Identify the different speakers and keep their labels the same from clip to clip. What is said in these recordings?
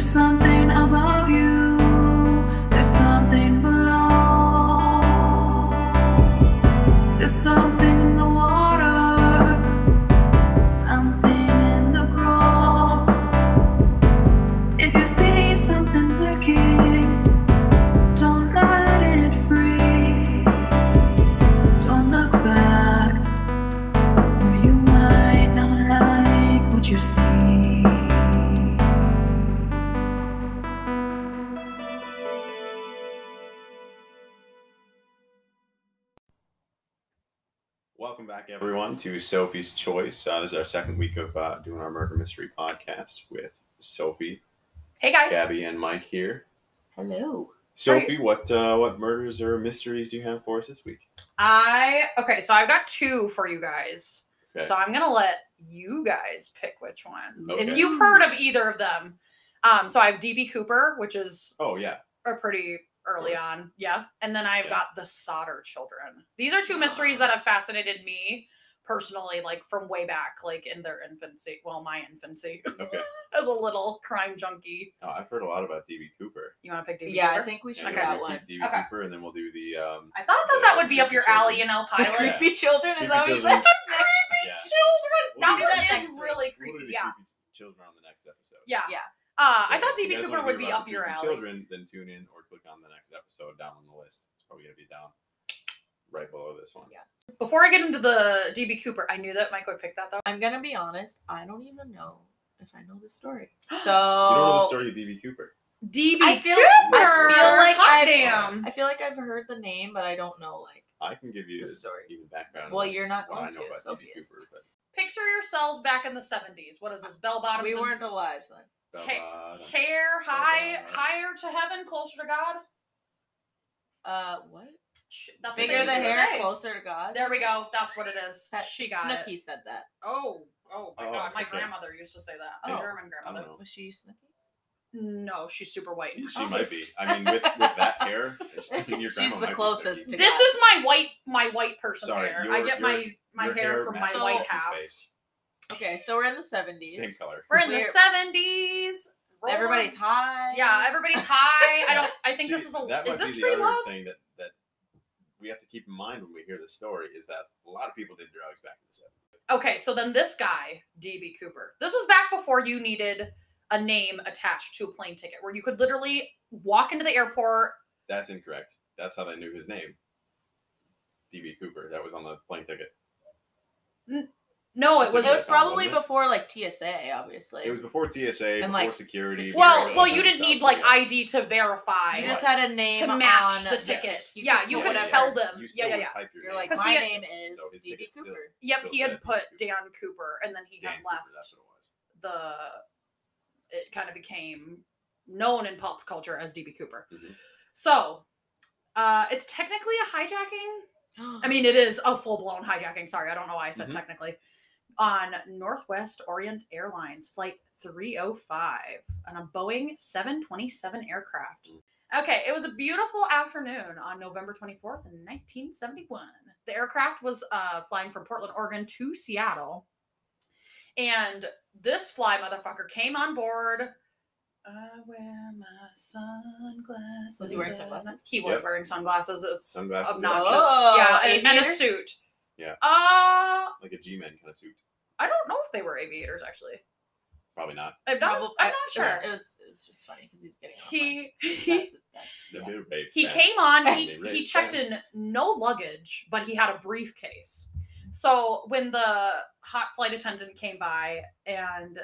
Speaker 1: something above you. There's something below. There's something in the water. Something in the grove. If you see something lurking, don't let it free. Don't look back, or you might not like what you see.
Speaker 2: Welcome back, everyone, to Sophie's Choice. Uh, this is our second week of uh, doing our murder mystery podcast with Sophie,
Speaker 3: Hey guys.
Speaker 2: Gabby, and Mike here.
Speaker 3: Hello.
Speaker 2: Sophie, what uh, what murders or mysteries do you have for us this week?
Speaker 3: I okay, so I've got two for you guys.
Speaker 2: Okay.
Speaker 3: So I'm gonna let you guys pick which one.
Speaker 2: Okay.
Speaker 3: If you've heard of either of them. Um, so I have DB Cooper, which is
Speaker 2: Oh yeah,
Speaker 3: a pretty early
Speaker 2: Nice.
Speaker 3: on. Yeah. And then I've
Speaker 2: Yeah. Ah.
Speaker 3: got the Solder children. These are two mysteries that have fascinated me personally, like from way back, like in their infancy. Well, my infancy
Speaker 2: okay.
Speaker 3: as a little crime junkie.
Speaker 2: Oh, I've heard a lot about DB Cooper.
Speaker 3: You wanna pick DB
Speaker 4: Yeah, I
Speaker 3: Cooper?
Speaker 4: think we should
Speaker 2: Yeah,
Speaker 4: do
Speaker 3: Okay.
Speaker 4: that
Speaker 2: we'll
Speaker 4: one.
Speaker 2: keep DB
Speaker 3: Okay.
Speaker 2: Cooper, and then we'll do the um,
Speaker 3: I thought that that would be up your alley, you know,
Speaker 4: The
Speaker 3: pilots.
Speaker 4: creepy children
Speaker 2: Creepy
Speaker 4: is that what you
Speaker 2: Children.
Speaker 4: said?
Speaker 3: creepy
Speaker 2: Yeah.
Speaker 3: children.
Speaker 2: We'll
Speaker 3: That
Speaker 2: do
Speaker 3: one
Speaker 4: that next
Speaker 3: is
Speaker 4: week.
Speaker 3: really
Speaker 2: we'll do
Speaker 3: creepy.
Speaker 2: the
Speaker 3: Yeah.
Speaker 2: creepy children on the next episode.
Speaker 3: Yeah.
Speaker 4: Yeah.
Speaker 3: Uh,
Speaker 2: So
Speaker 3: I thought
Speaker 2: if you
Speaker 3: DB
Speaker 2: guys
Speaker 3: Cooper
Speaker 2: wanna
Speaker 3: would
Speaker 2: hear
Speaker 3: be
Speaker 2: about
Speaker 3: up
Speaker 2: the
Speaker 3: your
Speaker 2: creepy
Speaker 3: alley.
Speaker 2: Children, then tune in or click on the next episode down on the list. It's probably gonna be down right below this one.
Speaker 4: Yeah.
Speaker 3: Before I get into the DB Cooper, I knew that Mike would pick that though.
Speaker 4: I'm gonna be honest. I don't even know if I know the story. So
Speaker 2: You don't know the story of DB Cooper.
Speaker 3: DB
Speaker 4: I
Speaker 3: Cooper.
Speaker 4: feel- I
Speaker 2: feel
Speaker 4: like
Speaker 3: Hot
Speaker 4: I've-
Speaker 3: damn.
Speaker 4: I feel like I've heard the name, but I don't know like
Speaker 2: I can give you
Speaker 4: the story.
Speaker 2: even background.
Speaker 4: Well,
Speaker 2: on
Speaker 4: you're not
Speaker 2: what
Speaker 4: going
Speaker 2: I know
Speaker 4: to.
Speaker 2: about
Speaker 4: Sophie
Speaker 2: DB
Speaker 4: is.
Speaker 2: Cooper, but
Speaker 3: Picture yourselves back in the seventies. What is this? Bell bottoms.
Speaker 4: We
Speaker 3: and
Speaker 4: weren't alive then.
Speaker 3: Hey,
Speaker 2: Bella, I don't-
Speaker 3: hair high,
Speaker 2: Bell bottoms.
Speaker 3: higher to heaven, closer to God.
Speaker 4: Uh, what?
Speaker 3: Sh- That's what
Speaker 4: Bigger
Speaker 3: they
Speaker 4: the
Speaker 3: used to
Speaker 4: hair,
Speaker 3: say.
Speaker 4: closer to God.
Speaker 3: There we go. That's what it is.
Speaker 4: That-
Speaker 3: she got
Speaker 4: Snooki
Speaker 3: it.
Speaker 4: said that.
Speaker 3: Oh, oh my
Speaker 2: Oh,
Speaker 3: god! My
Speaker 2: okay.
Speaker 3: grandmother used to say that.
Speaker 4: Oh.
Speaker 3: My German
Speaker 2: I don't
Speaker 3: grandmother.
Speaker 2: know.
Speaker 4: Was she Snooki?
Speaker 3: No, she's super white. and
Speaker 2: She might be.
Speaker 3: racist.
Speaker 2: I mean, with, with that hair, it's- your
Speaker 4: She's
Speaker 2: grandma
Speaker 4: the
Speaker 2: might be
Speaker 4: closest
Speaker 2: Snooki.
Speaker 4: to
Speaker 3: This
Speaker 4: God.
Speaker 3: is my white my white person
Speaker 2: Sorry,
Speaker 3: hair.
Speaker 2: your-
Speaker 3: I get
Speaker 2: your-
Speaker 3: my my
Speaker 2: Your
Speaker 3: hair, from my
Speaker 2: matches
Speaker 3: white
Speaker 2: Sophie's
Speaker 3: half.
Speaker 2: face.
Speaker 4: Okay, so we're in the 70s.
Speaker 2: Same color.
Speaker 3: We're in the
Speaker 4: We're-
Speaker 3: seventies.
Speaker 4: Everybody's high.
Speaker 3: Yeah, everybody's high. I don't. I think
Speaker 2: See,
Speaker 3: this is a.
Speaker 2: that
Speaker 3: Is
Speaker 2: might be
Speaker 3: this
Speaker 2: the
Speaker 3: free
Speaker 2: other
Speaker 3: love?
Speaker 2: Thing that, that we have to keep in mind when we hear this story is that a lot of people did drugs back in the 70s.
Speaker 3: Okay, so then this guy, DB Cooper. This was back before you needed a name attached to a plane ticket, where you could literally walk into the airport.
Speaker 2: That's incorrect. That's how they knew his name. DB Cooper. That was on the plane ticket.
Speaker 3: No,
Speaker 2: That's a
Speaker 3: it
Speaker 4: It
Speaker 3: was.
Speaker 2: good
Speaker 4: was
Speaker 2: Wasn't it?
Speaker 4: probably before like TSA, obviously.
Speaker 2: It was before TSA, before
Speaker 4: And, like,
Speaker 2: security.
Speaker 4: security.
Speaker 3: Well,
Speaker 2: before
Speaker 3: well,
Speaker 2: all that
Speaker 3: you didn't
Speaker 2: stuff,
Speaker 3: need
Speaker 2: so
Speaker 3: like
Speaker 2: yeah.
Speaker 3: ID to verify.
Speaker 4: You just had a name
Speaker 3: to match
Speaker 4: on
Speaker 3: the ticket.
Speaker 2: yes.
Speaker 4: You
Speaker 3: yeah,
Speaker 4: could
Speaker 3: you
Speaker 4: put
Speaker 3: could
Speaker 2: whatever.
Speaker 3: tell them.
Speaker 2: You
Speaker 3: yeah,
Speaker 2: still
Speaker 3: yeah,
Speaker 2: would
Speaker 3: yeah.
Speaker 2: type your
Speaker 4: You're
Speaker 2: name.
Speaker 4: like,
Speaker 3: Because
Speaker 4: my
Speaker 3: he had-
Speaker 4: name is
Speaker 2: So his
Speaker 4: DB
Speaker 2: ticket's still-
Speaker 4: Cooper.
Speaker 3: Yep,
Speaker 2: still
Speaker 3: he had
Speaker 2: said
Speaker 3: put
Speaker 2: Cooper.
Speaker 3: Dan Cooper, and then he
Speaker 2: Dan
Speaker 3: had
Speaker 2: Cooper,
Speaker 3: left
Speaker 2: That's what it was.
Speaker 3: the. It kind of became known in pop culture as DB Cooper.
Speaker 2: Mhm.
Speaker 3: So, uh, it's technically a hijacking. I mean, it is a full blown hijacking. Sorry, I don't know why I said
Speaker 2: Mhm.
Speaker 3: technically. On Northwest Orient Airlines Flight 305 on a Boeing 727 aircraft.
Speaker 2: Mm.
Speaker 3: Okay, it was a beautiful afternoon on November 24th, in 1971. The aircraft was uh, flying from Portland, Oregon to Seattle. And this fly motherfucker came on board. I wear my sunglasses.
Speaker 4: Was he wearing
Speaker 3: and
Speaker 4: sunglasses?
Speaker 3: He was
Speaker 2: Yep.
Speaker 3: wearing sunglasses. It's
Speaker 2: Sunglasses.
Speaker 3: obnoxious.
Speaker 4: Oh,
Speaker 3: yeah, and, and a
Speaker 4: aviators?
Speaker 3: suit.
Speaker 2: Yeah.
Speaker 3: Uh,
Speaker 2: Like a G-Man kind of suit.
Speaker 3: I don't know if they were aviators actually.
Speaker 2: Probably not.
Speaker 3: I'm not.
Speaker 4: Probably-
Speaker 3: I'm
Speaker 4: I-
Speaker 3: not
Speaker 4: it was-
Speaker 3: sure.
Speaker 4: It was, it was just funny because he's getting off on-
Speaker 3: He he
Speaker 4: that's- that's-
Speaker 2: The
Speaker 4: yeah.
Speaker 2: big babe
Speaker 3: he
Speaker 2: fans.
Speaker 3: came on. He
Speaker 2: They
Speaker 3: he
Speaker 2: rape
Speaker 3: checked
Speaker 2: fans.
Speaker 3: in no luggage, but he had a briefcase. So when the hot flight attendant came by and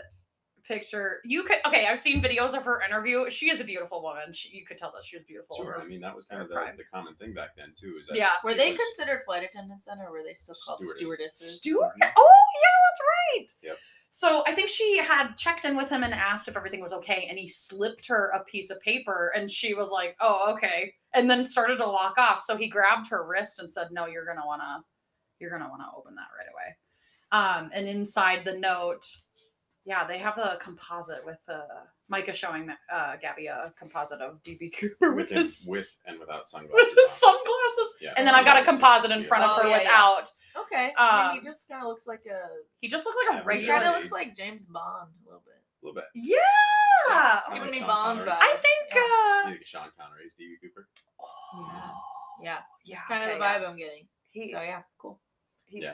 Speaker 3: picture you could okay, I've seen videos of her interview. She is a beautiful woman. She, you could tell that she was beautiful.
Speaker 2: Sure.
Speaker 3: Her-
Speaker 2: I mean, that was kind of the,
Speaker 3: Prime.
Speaker 2: the common thing back then too. Is that
Speaker 3: Yeah.
Speaker 4: Were
Speaker 2: it
Speaker 4: they
Speaker 2: was-
Speaker 4: considered flight attendants then, or were they still called
Speaker 2: Stewardesses.
Speaker 4: stewardesses?
Speaker 3: Stuart?
Speaker 2: Mhm.
Speaker 3: Oh, yeah, that's right.
Speaker 2: Yep.
Speaker 3: So I think she had checked in with him and asked if everything was okay, and he slipped her a piece of paper, and she was like, "Oh, okay," and then started to walk off. So he grabbed her wrist and said, "No, you're gonna wanna, you're gonna wanna open that right away." Um, and inside the note, yeah, they have a composite with uh, Micah showing uh, Gabby a composite of DB Cooper with,
Speaker 2: with him,
Speaker 3: his
Speaker 2: with and without sunglasses?
Speaker 3: with his
Speaker 2: on.
Speaker 3: sunglasses,
Speaker 2: Yeah,
Speaker 3: and then I've got a
Speaker 2: sunglasses.
Speaker 3: composite in
Speaker 2: Yeah.
Speaker 3: front of
Speaker 4: Oh,
Speaker 3: her
Speaker 4: yeah, yeah.
Speaker 3: without.
Speaker 4: Okay. I mean,
Speaker 3: Um,
Speaker 4: he just kind of looks like a.
Speaker 3: He just looked like a
Speaker 2: Yeah, we
Speaker 4: He
Speaker 2: got
Speaker 3: regular
Speaker 4: kind
Speaker 2: Yeah.
Speaker 4: of looks like James Bond a little bit.
Speaker 2: a little bit.
Speaker 3: Yeah. Oh
Speaker 2: Sounds
Speaker 4: Uh, Giving me
Speaker 2: Sean
Speaker 4: Bond
Speaker 2: Connery.
Speaker 4: vibes.
Speaker 3: I think.
Speaker 2: You
Speaker 3: Uh,
Speaker 2: think Sean Connery's D.B. Cooper.
Speaker 3: oh,
Speaker 4: Yeah,
Speaker 3: yeah.
Speaker 4: it's kind
Speaker 3: okay,
Speaker 4: of the
Speaker 3: yeah.
Speaker 4: vibe I'm getting.
Speaker 3: He,
Speaker 4: So yeah, cool.
Speaker 3: he's,
Speaker 2: Yeah.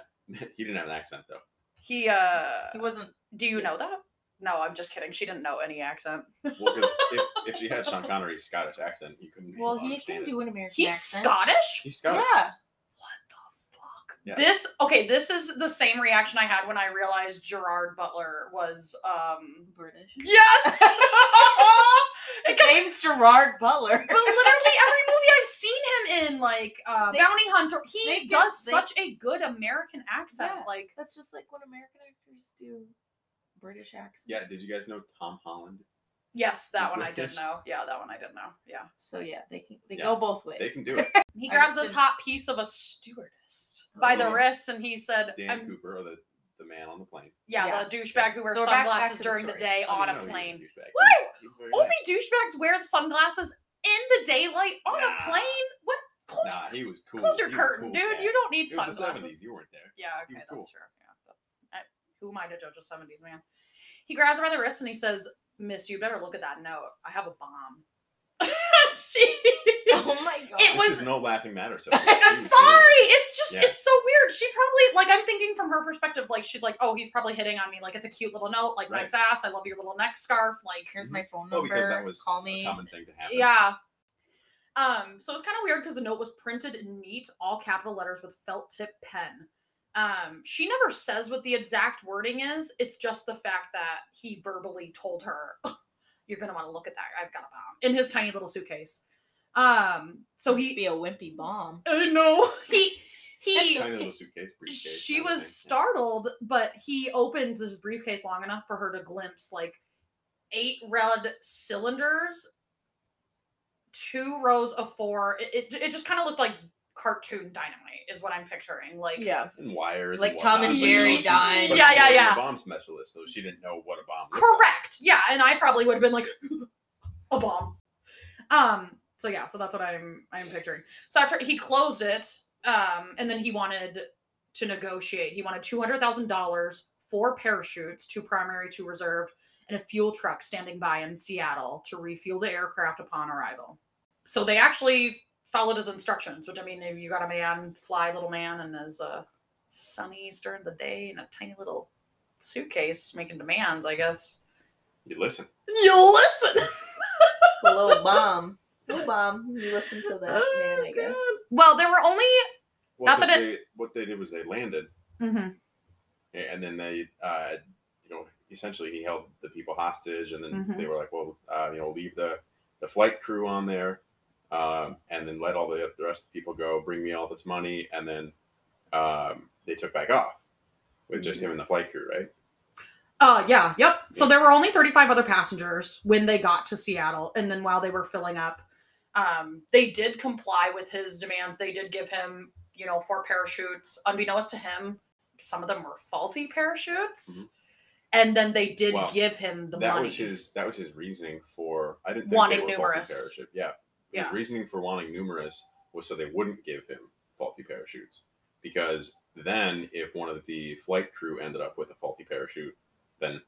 Speaker 2: he didn't have an accent though.
Speaker 3: He. Uh,
Speaker 4: He wasn't.
Speaker 3: do you
Speaker 4: yeah.
Speaker 3: know that? No, I'm just kidding. She didn't know any accent.
Speaker 2: Well, because if, if she had Sean Connery's Scottish accent, you couldn't.
Speaker 4: Well, he
Speaker 2: understand
Speaker 4: can
Speaker 2: it.
Speaker 4: do an American
Speaker 3: He's
Speaker 4: accent.
Speaker 3: Scottish.
Speaker 2: He's Scottish.
Speaker 4: Yeah,
Speaker 3: What the fuck?
Speaker 2: Yeah.
Speaker 3: This okay. This is the same reaction I had when I realized Gerard Butler was um.
Speaker 4: British.
Speaker 3: Yes.
Speaker 4: His
Speaker 3: Because-
Speaker 4: name's Gerard Butler.
Speaker 3: but literally every movie I've seen him in, like uh,
Speaker 4: They-
Speaker 3: Bounty Hunter,
Speaker 4: they
Speaker 3: he
Speaker 4: did-
Speaker 3: does
Speaker 4: they-
Speaker 3: such a good American accent.
Speaker 4: Yeah.
Speaker 3: Like
Speaker 4: That's just like when American actors do British accents.
Speaker 2: Yeah. Did you guys know Tom Holland?
Speaker 3: yes, that one I did
Speaker 2: British.
Speaker 3: know. Yeah, that one I did know. Yeah,
Speaker 4: So yeah, they can they
Speaker 2: Yeah.
Speaker 4: go both ways.
Speaker 2: They can do it.
Speaker 3: he
Speaker 4: I
Speaker 3: grabs
Speaker 4: just
Speaker 3: this
Speaker 4: didn't-
Speaker 3: hot piece of a stewardess by the
Speaker 2: Oh.
Speaker 3: wrist, and he said,
Speaker 2: Dan
Speaker 3: "I'm
Speaker 2: Cooper, or the, the man on the plane.
Speaker 3: yeah,
Speaker 4: Yeah.
Speaker 3: the douchebag who wears
Speaker 4: So we're back- back
Speaker 3: sunglasses
Speaker 4: to the
Speaker 3: during the,
Speaker 4: story.
Speaker 3: day
Speaker 2: Oh,
Speaker 3: on
Speaker 2: no,
Speaker 3: a
Speaker 2: he's
Speaker 3: plane.
Speaker 2: douchebag.
Speaker 3: What?
Speaker 2: He's very
Speaker 3: Only
Speaker 2: nice.
Speaker 3: douchebags wear the sunglasses in the daylight on a
Speaker 2: Nah.
Speaker 3: plane. What? Close,
Speaker 2: Nah, he was cool.
Speaker 3: close
Speaker 2: He
Speaker 3: your
Speaker 2: was a
Speaker 3: curtain,
Speaker 2: cool
Speaker 3: dude.
Speaker 2: cat.
Speaker 3: You don't need
Speaker 2: It was the
Speaker 3: sunglasses.
Speaker 2: 70s. You weren't there.
Speaker 3: Yeah,
Speaker 2: He
Speaker 3: okay,
Speaker 2: was
Speaker 3: that's
Speaker 2: cool.
Speaker 3: true. Yeah, but I- who am I to judge a seventies man? He grabs her by the wrist and he says, "Miss, you better look at that note. I have a bomb." she.
Speaker 4: Oh my god.
Speaker 3: It
Speaker 2: This
Speaker 3: was-
Speaker 2: is no laughing matter. So
Speaker 3: I'm sorry. It's just
Speaker 2: Yeah.
Speaker 3: it's so weird. She probably like I'm thinking from her perspective, like she's like, oh, he's probably hitting on me. Like it's a cute little note. Like
Speaker 2: Right.
Speaker 3: nice ass. I love your little neck scarf. Like
Speaker 4: Here's my phone
Speaker 2: Oh,
Speaker 4: number.
Speaker 2: because that was
Speaker 4: Call me.
Speaker 2: a common thing to happen.
Speaker 3: yeah. Um. So it's kind of weird because the note was printed in neat, all capital letters with felt tip pen. Um. She never says what the exact wording is. It's just the fact that he verbally told her, "You're gonna want to look at that. I've got a bomb in his tiny little suitcase." Um. So
Speaker 4: So
Speaker 3: he
Speaker 4: he'd be a wimpy bomb.
Speaker 3: Uh, no, he he.
Speaker 2: Tiny little suitcase, briefcase.
Speaker 3: she
Speaker 2: kind of
Speaker 3: was
Speaker 2: thing, yeah.
Speaker 3: startled, but he opened this briefcase long enough for her to glimpse like eight red cylinders, two rows of four. It it, it just kind of looked like cartoon dynamite, is what I'm picturing. Like
Speaker 4: Yeah.
Speaker 2: And wires.
Speaker 4: Like
Speaker 2: whatnot,
Speaker 4: Tom and
Speaker 2: but she
Speaker 3: Jerry
Speaker 2: was-
Speaker 4: died.
Speaker 2: but
Speaker 3: Yeah,
Speaker 2: she
Speaker 3: yeah,
Speaker 2: wasn't
Speaker 3: yeah.
Speaker 2: A bomb specialist, so she didn't know what a bomb. looked like.
Speaker 3: Correct. Yeah, and I probably would have been like a bomb. Um. So yeah. So that's what I'm I'm picturing. So after he closed it, um, and then he wanted to negotiate. He wanted two hundred thousand dollars, four parachutes, two primary, two reserved, and a fuel truck standing by in Seattle to refuel the aircraft upon arrival. So they actually followed his instructions. Which I mean, if you got a man, fly little man, and his uh, sunnies during the day and a tiny little suitcase making demands, I guess
Speaker 2: You listen.
Speaker 3: you listen.
Speaker 4: Little bomb. Little bomb. You listen to that
Speaker 3: Oh,
Speaker 4: man, I guess.
Speaker 3: Well, there were only.
Speaker 2: Well,
Speaker 3: Not
Speaker 2: 'cause
Speaker 3: that
Speaker 2: they, what they did was they landed,
Speaker 3: mm-hmm.
Speaker 2: and then they, uh, you know, essentially he held the people hostage, and then
Speaker 4: Mm-hmm.
Speaker 3: Mhm.
Speaker 2: they were like, well, uh, you know, leave the the flight crew on there, um, and then let all the, the rest of the people go. Bring me all this money, and then um, they took back off with just him
Speaker 4: Mm-hmm.
Speaker 2: and the flight crew, right?
Speaker 3: Uh, yeah, yep. So there were only 35 other passengers when they got to Seattle. And then while they were filling up, um, they did comply with his demands. They did give him, you know, four parachutes. Unbeknownst to him, some of them were faulty parachutes.
Speaker 2: Mhm.
Speaker 3: And then they did
Speaker 2: Wow.
Speaker 3: give him the
Speaker 2: that
Speaker 3: money.
Speaker 2: was his that was his reasoning for I didn't think
Speaker 3: Wanting
Speaker 2: they were
Speaker 3: numerous.
Speaker 2: faulty parachute. Yeah.
Speaker 3: Yeah.
Speaker 2: His reasoning for wanting numerous was so they wouldn't give him faulty parachutes because then if one of the flight crew ended up with a faulty parachute, then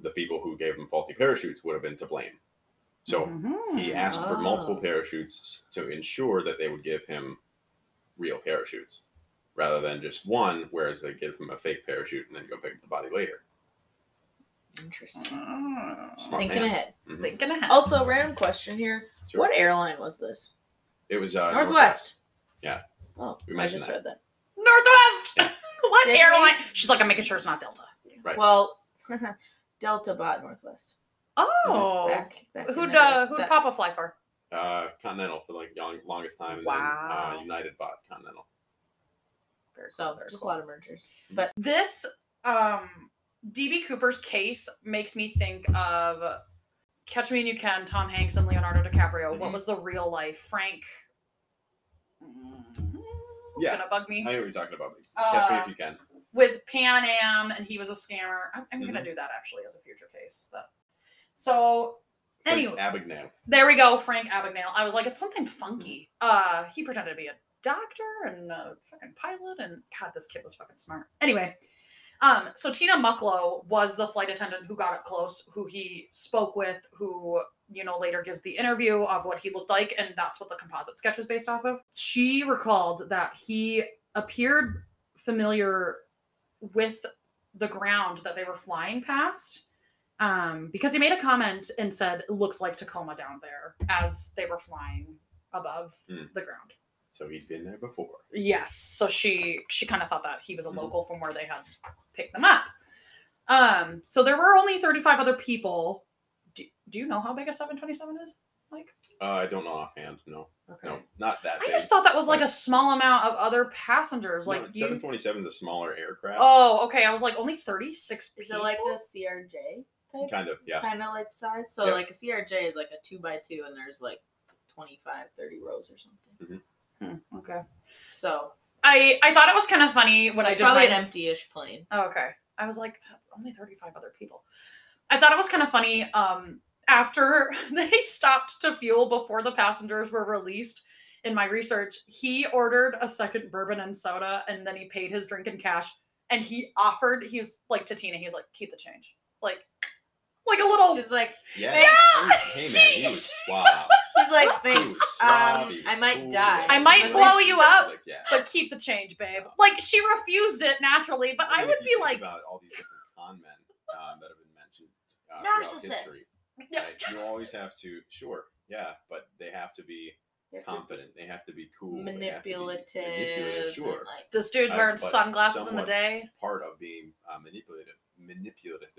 Speaker 2: the people who gave him faulty parachutes would have been to blame. So he
Speaker 3: Mhm.
Speaker 2: asked for multiple
Speaker 4: Oh.
Speaker 2: parachutes to ensure that they would give him real parachutes rather than just one, whereas they give him a fake parachute and then go pick up the body later.
Speaker 4: Interesting.
Speaker 3: Mm.
Speaker 2: Smart.
Speaker 4: Thinking
Speaker 2: man.
Speaker 4: ahead.
Speaker 2: Mhm.
Speaker 3: Thinking ahead.
Speaker 4: Also, random question here.
Speaker 2: Sure.
Speaker 4: What airline was this?
Speaker 2: It was uh,
Speaker 4: Northwest.
Speaker 2: Yeah.
Speaker 4: Oh,
Speaker 2: We
Speaker 4: I
Speaker 2: mentioned
Speaker 4: just
Speaker 2: that.
Speaker 4: read that.
Speaker 3: Northwest! what
Speaker 4: Did we?
Speaker 3: airline? She's like, I'm making sure it's not Delta.
Speaker 2: Right.
Speaker 4: Well, Delta bought Northwest.
Speaker 2: Mm-hmm.
Speaker 3: Oh.
Speaker 4: Back, back in the
Speaker 3: Who'd
Speaker 4: day.
Speaker 3: uh, who'd
Speaker 4: That-
Speaker 3: Papa fly for?
Speaker 2: Uh, Continental for like long, longest time. And
Speaker 3: Wow.
Speaker 2: Then, uh, United bought Continental.
Speaker 3: Very cool,
Speaker 4: So
Speaker 3: very
Speaker 4: just
Speaker 3: cool.
Speaker 4: a lot of mergers.
Speaker 3: This um, DB Cooper's case makes me think of Catch Me If You Can, Tom Hanks and Leonardo DiCaprio. What
Speaker 2: Mhm.
Speaker 3: was the real life Frank? Mm, It's
Speaker 2: Yeah.
Speaker 3: gonna bug
Speaker 2: I
Speaker 3: me
Speaker 2: know what you're talking about. but Catch me
Speaker 3: Uh,
Speaker 2: if you can.
Speaker 3: with Pan Am, and he was a scammer. I'm, I'm
Speaker 2: Mm-hmm.
Speaker 3: gonna do that actually as a future case. That so
Speaker 2: Frank
Speaker 3: anyway.
Speaker 2: Abagnale.
Speaker 3: There we go, Frank Abagnale. I was like, it's something funky. Uh, he pretended to be a doctor and a fucking pilot, and God, this kid was fucking smart. Anyway, Um, so Tina Mucklow was the flight attendant who got up close, who he spoke with, who you know later gives the interview of what he looked like, and that's what the composite sketch was based off of. She recalled that he appeared familiar with the ground that they were flying past. Um, because he made a comment and said, "It looks like Tacoma down there as they were flying above
Speaker 2: Hmm.
Speaker 3: the ground.
Speaker 2: So he's been there before.
Speaker 3: Yes. So she she kind of thought that he was a
Speaker 2: Mhm.
Speaker 3: local from where they had picked them up. Um. So there were only thirty five other people. Do, do you know how big a seven twenty seven is? Like,
Speaker 2: Uh, I don't know offhand. No,
Speaker 3: okay.
Speaker 2: no, not that.
Speaker 3: I
Speaker 2: big.
Speaker 3: just thought that was like a
Speaker 2: Like-
Speaker 3: small amount of other passengers. Like you.
Speaker 2: seven twenty seven is a smaller aircraft.
Speaker 3: Oh, okay. I was like only thirty six.
Speaker 4: Is it like a CRJ
Speaker 3: Oh.
Speaker 4: type?
Speaker 2: kind of. Yeah,
Speaker 4: Kind of like size. So
Speaker 2: Yep.
Speaker 4: like a CRJ is like a two by two, and there's like 25, 30 rows or something.
Speaker 3: okay.
Speaker 4: So
Speaker 3: I I thought it was kind of funny when I
Speaker 4: it's
Speaker 3: did
Speaker 4: probably
Speaker 3: my-
Speaker 4: an empty-ish plane.
Speaker 3: Oh, okay. I was like, that's only 35 other people. I thought it was kind of funny. Um, after they stopped to fuel before the passengers were released, in my research, he ordered a second bourbon and soda and then he paid his drink in cash. And he offered, he was like to Tina, he was like, keep the change. Like, like a little.
Speaker 4: She's like,
Speaker 2: yeah.
Speaker 4: Yeah,
Speaker 2: he- Hey man,
Speaker 3: she-
Speaker 2: he was suave.
Speaker 4: he's
Speaker 2: He
Speaker 4: like,
Speaker 2: was
Speaker 4: thanks.
Speaker 2: suave,
Speaker 4: Um,
Speaker 2: he
Speaker 4: I
Speaker 2: was
Speaker 4: might
Speaker 2: cool,
Speaker 4: die.
Speaker 3: I might
Speaker 2: like,
Speaker 3: blow you up.
Speaker 2: Like, yeah.
Speaker 3: But keep the change, babe. Like she refused it naturally, but I
Speaker 2: mean,
Speaker 3: would
Speaker 2: if you think
Speaker 3: be like,
Speaker 2: about all these different con men um, that have been mentioned. Uh, throughout history,
Speaker 4: Narcissists.
Speaker 3: yeah.
Speaker 2: right? You always have to. Sure. Yeah, but they have to be
Speaker 4: You have to
Speaker 2: confident. They have to be cool. they have to be
Speaker 4: manipulative.
Speaker 2: manipulative,
Speaker 4: and,
Speaker 2: Sure.
Speaker 4: like-
Speaker 3: this dude's
Speaker 2: I-
Speaker 3: wearing
Speaker 2: but
Speaker 3: sunglasses in the
Speaker 2: somewhat-
Speaker 3: day.
Speaker 2: Part of being uh, manipulative. Manipulative.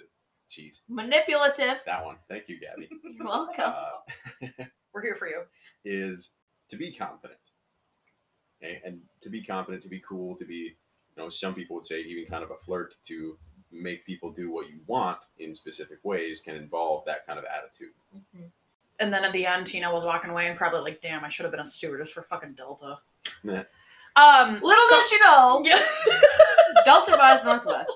Speaker 2: Jeez,
Speaker 4: manipulative.
Speaker 2: that one. Thank you, Gabby.
Speaker 4: You're welcome.
Speaker 2: Uh,
Speaker 3: We're here for you.
Speaker 2: is to be confident. Okay? And to be confident, to be cool, to be, you know, some people would say even kind of a flirt to make people do what you want in specific ways can involve that kind of attitude.
Speaker 4: Mhm.
Speaker 3: And then at the end, Tina was walking away and probably like, damn, I should have been a stewardess for fucking Delta.
Speaker 2: Yeah.
Speaker 3: Um,
Speaker 4: Little
Speaker 3: so,
Speaker 4: does she know, Delta Wise Northwest.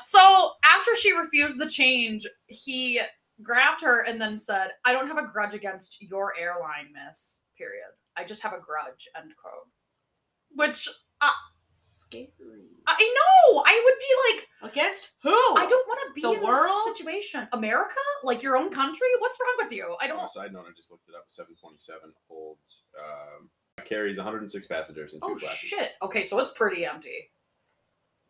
Speaker 3: so after she refused the change, he grabbed her and then said, I don't have a grudge against your airline, miss, period. I just have a grudge, end quote. Which
Speaker 4: Scary.
Speaker 3: I know. I would be like,
Speaker 4: Against who?
Speaker 3: I don't want to be
Speaker 4: The
Speaker 3: in
Speaker 4: world?
Speaker 3: this situation. America? Like your own country? What's wrong with you? I
Speaker 2: On a
Speaker 3: don't.
Speaker 2: side note, I just looked it up. 727 holds, um, carries 106 passengers and two
Speaker 3: Oh
Speaker 2: classes.
Speaker 3: shit. Okay, so it's pretty empty.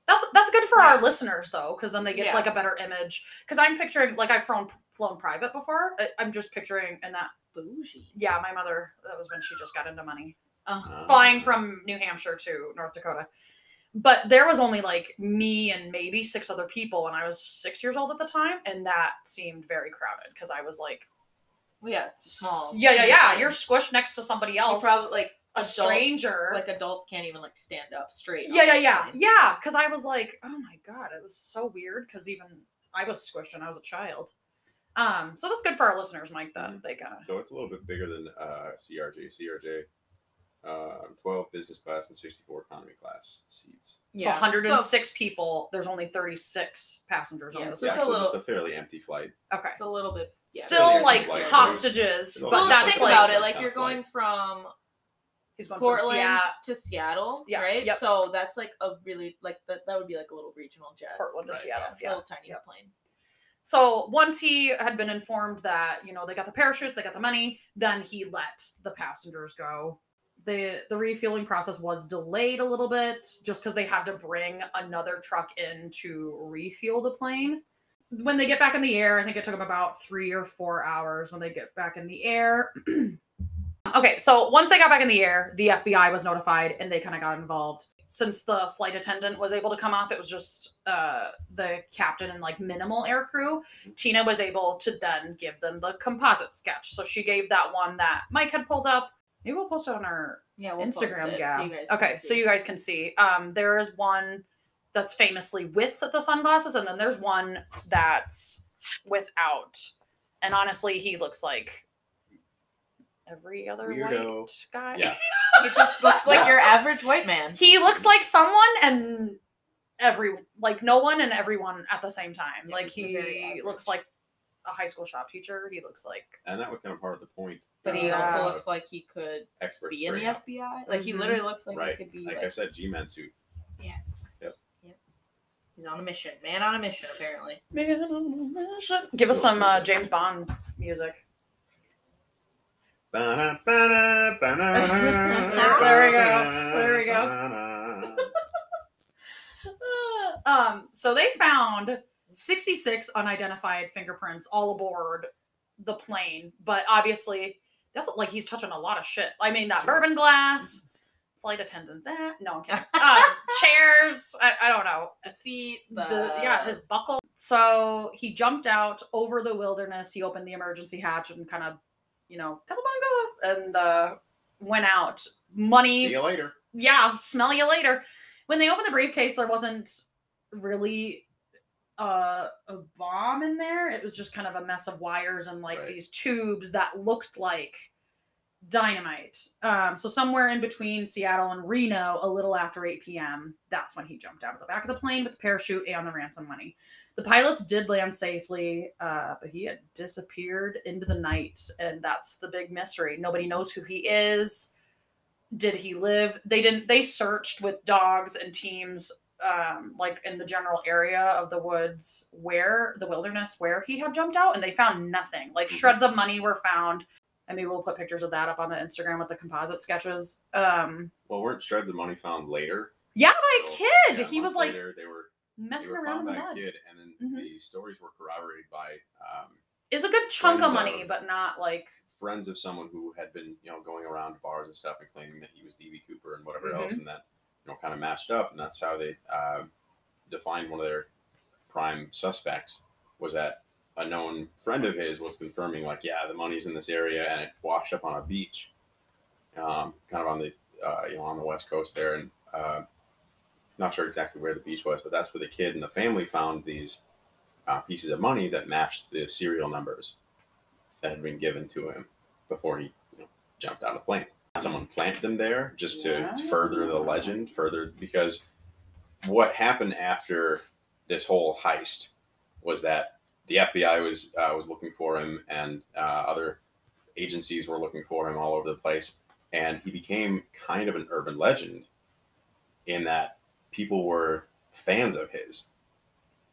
Speaker 3: That's that's good for our listeners though, because then they get
Speaker 4: Yeah.
Speaker 3: like a better image. Because I'm picturing like I've flown flown private before. I- I'm just picturing and that
Speaker 4: Bougie.
Speaker 3: yeah, my mother that was when she just got into money
Speaker 4: Uh,
Speaker 2: Ah.
Speaker 3: flying from New Hampshire to North Dakota. But there was only like me and maybe six other people, and I was six years old at the time, and that seemed very crowded because I was like,
Speaker 4: well, yeah, it's
Speaker 3: s-
Speaker 4: small.
Speaker 3: yeah, yeah, yeah,
Speaker 4: You
Speaker 3: you're squished next to somebody else,
Speaker 4: probably like
Speaker 3: a
Speaker 4: adults-
Speaker 3: stranger,
Speaker 4: Like adults can't even like "Oh, stand up straight. on
Speaker 3: yeah yeah
Speaker 4: this
Speaker 3: yeah
Speaker 4: plane.
Speaker 3: yeah because i was like oh my god it was so weird because even i was squished when i was a child um so that's good for our listeners mike that
Speaker 4: Mm.
Speaker 2: Mhm.
Speaker 3: they kind of
Speaker 2: So it's a little bit bigger than uh, CRJ. CRJ, uh, 12 business class and 64 economy class seats.
Speaker 3: so 106 people there's only 36 passengers on
Speaker 4: Yeah,
Speaker 3: this
Speaker 4: so it's
Speaker 2: yeah,
Speaker 3: flight.
Speaker 4: a
Speaker 2: so just
Speaker 4: little-
Speaker 2: a fairly empty flight.
Speaker 3: okay
Speaker 4: It's a little bit yeah,
Speaker 2: it's a
Speaker 3: still like
Speaker 2: flight.
Speaker 3: hostages
Speaker 2: Well,
Speaker 3: but
Speaker 4: well,
Speaker 3: that's
Speaker 4: think
Speaker 3: like
Speaker 4: about it. Like
Speaker 2: Yeah,
Speaker 4: you're
Speaker 2: like-
Speaker 4: going from
Speaker 3: he's going
Speaker 4: Portland
Speaker 3: from Seattle,
Speaker 4: to Seattle,
Speaker 3: Yeah,
Speaker 4: right?
Speaker 3: yep.
Speaker 4: So that's like a really like that. That would be like a little regional jet.
Speaker 3: portland to
Speaker 2: Right,
Speaker 3: seattle
Speaker 4: yeah,
Speaker 3: yeah.
Speaker 4: little tiny
Speaker 3: yep.
Speaker 4: plane.
Speaker 3: So once he had been informed that, you know, they got the parachutes, they got the money, then he let the passengers go. The the refueling process was delayed a little bit just because they had to bring another truck in to refuel the plane. When they get back in the air, I think it took them about three or four hours when they get back in the air. okay, so once they got back in the air, the FBI was notified and they kind of got involved. Since the flight attendant was able to come off, it was just uh, the captain and like minimal air crew. Tina was able to then give them the composite sketch. So she gave that one that Mike had pulled up. Maybe we'll post it on our
Speaker 4: Yeah, we'll post
Speaker 3: Instagram
Speaker 4: it,
Speaker 3: Gab.
Speaker 4: So you guys can
Speaker 3: okay, so
Speaker 4: see.
Speaker 3: you guys can see. Um, there is one that's famously with the sunglasses, and then there's one that's without. And honestly, he looks like every other
Speaker 2: Weirdo.
Speaker 3: white guy.
Speaker 2: Yeah.
Speaker 4: He just looks like
Speaker 2: Yeah.
Speaker 4: your average white man.
Speaker 3: He looks like someone and every like no one and everyone at the same time.
Speaker 4: Yeah,
Speaker 3: like
Speaker 4: he's a very
Speaker 3: he
Speaker 4: average.
Speaker 3: looks like a high school shop teacher. He looks like
Speaker 2: And that was kind of part of the point.
Speaker 4: But he
Speaker 3: Yeah.
Speaker 4: also looks like he could
Speaker 2: expert.
Speaker 4: be in the FBI. Like he
Speaker 3: Mhm.
Speaker 4: literally looks like
Speaker 2: Right.
Speaker 4: he could be
Speaker 2: Like
Speaker 4: like,
Speaker 2: I said, G-Man suit.
Speaker 4: yes.
Speaker 2: Yep.
Speaker 4: He's on a mission. Man on a mission, apparently.
Speaker 3: Give us some uh, James Bond music.
Speaker 2: Ba-na, ba-na, ba-na,
Speaker 4: There we go. There we
Speaker 2: go.
Speaker 3: Um, so they found 66 unidentified fingerprints all aboard the plane, but obviously that's like he's touching a lot of shit. I mean, that
Speaker 2: Sure.
Speaker 3: bourbon glass, flight attendants, eh, no, I'm kidding. Uh, chairs, I, I don't know.
Speaker 4: A seat.
Speaker 3: The, yeah, his buckle. So he jumped out over the wilderness. He opened the emergency hatch and kind of, you know, "Cowabunga," and uh, went out. Money
Speaker 2: See you later.
Speaker 3: yeah, smell you later. When they opened the briefcase, there wasn't really uh, a bomb in there. It was just kind of a mess of wires and like
Speaker 2: Right.
Speaker 3: these tubes that looked like dynamite. Um, so somewhere in between Seattle and Reno, a little after 8 p.m., that's when he jumped out of the back of the plane with the parachute and the ransom money. The pilots did land safely, uh, but he had disappeared into the night, and that's the big mystery. Nobody knows who he is. Did he live? They didn't. They searched with dogs and teams, um, like in the general area of the woods where the wilderness where he had jumped out, and they found nothing. Like
Speaker 2: Mm-hmm.
Speaker 3: shreds of money were found. And maybe we'll put pictures of that up on the Instagram with the composite sketches. Um,
Speaker 2: Well, weren't shreds of money found later?
Speaker 3: yeah, my
Speaker 2: So,
Speaker 3: kid.
Speaker 2: Oh, yeah,
Speaker 3: he was
Speaker 2: months
Speaker 3: like
Speaker 2: later, they were they
Speaker 3: messing
Speaker 2: were
Speaker 3: around in
Speaker 2: found
Speaker 3: the
Speaker 2: by a
Speaker 3: mud.
Speaker 2: kid, and then
Speaker 3: Mhm.
Speaker 2: the stories were corroborated by um,
Speaker 3: It was a good chunk of
Speaker 2: Friends
Speaker 3: money,
Speaker 2: of-
Speaker 3: but not like
Speaker 2: friends of someone who had been, you know, going around to bars and stuff and claiming that he was D.B. Cooper and whatever else, and that, you know, kind of matched up. And that's how they uh, defined one of their prime suspects was that a known friend of his was confirming, like, yeah, the money's in this area, and it washed up on a beach, um, kind of on the, uh, you know, on the west coast there, and uh, not sure exactly where the beach was, but that's where the kid and the family found these uh, pieces of money that matched the serial numbers that had been given to him before he you know, jumped out of the plane. Someone planted them there just to further the legend, further because what happened after this whole heist was that the FBI was uh, was looking for him and uh, other agencies were looking for him all over the place, and he became kind of an urban legend in that people were fans of his.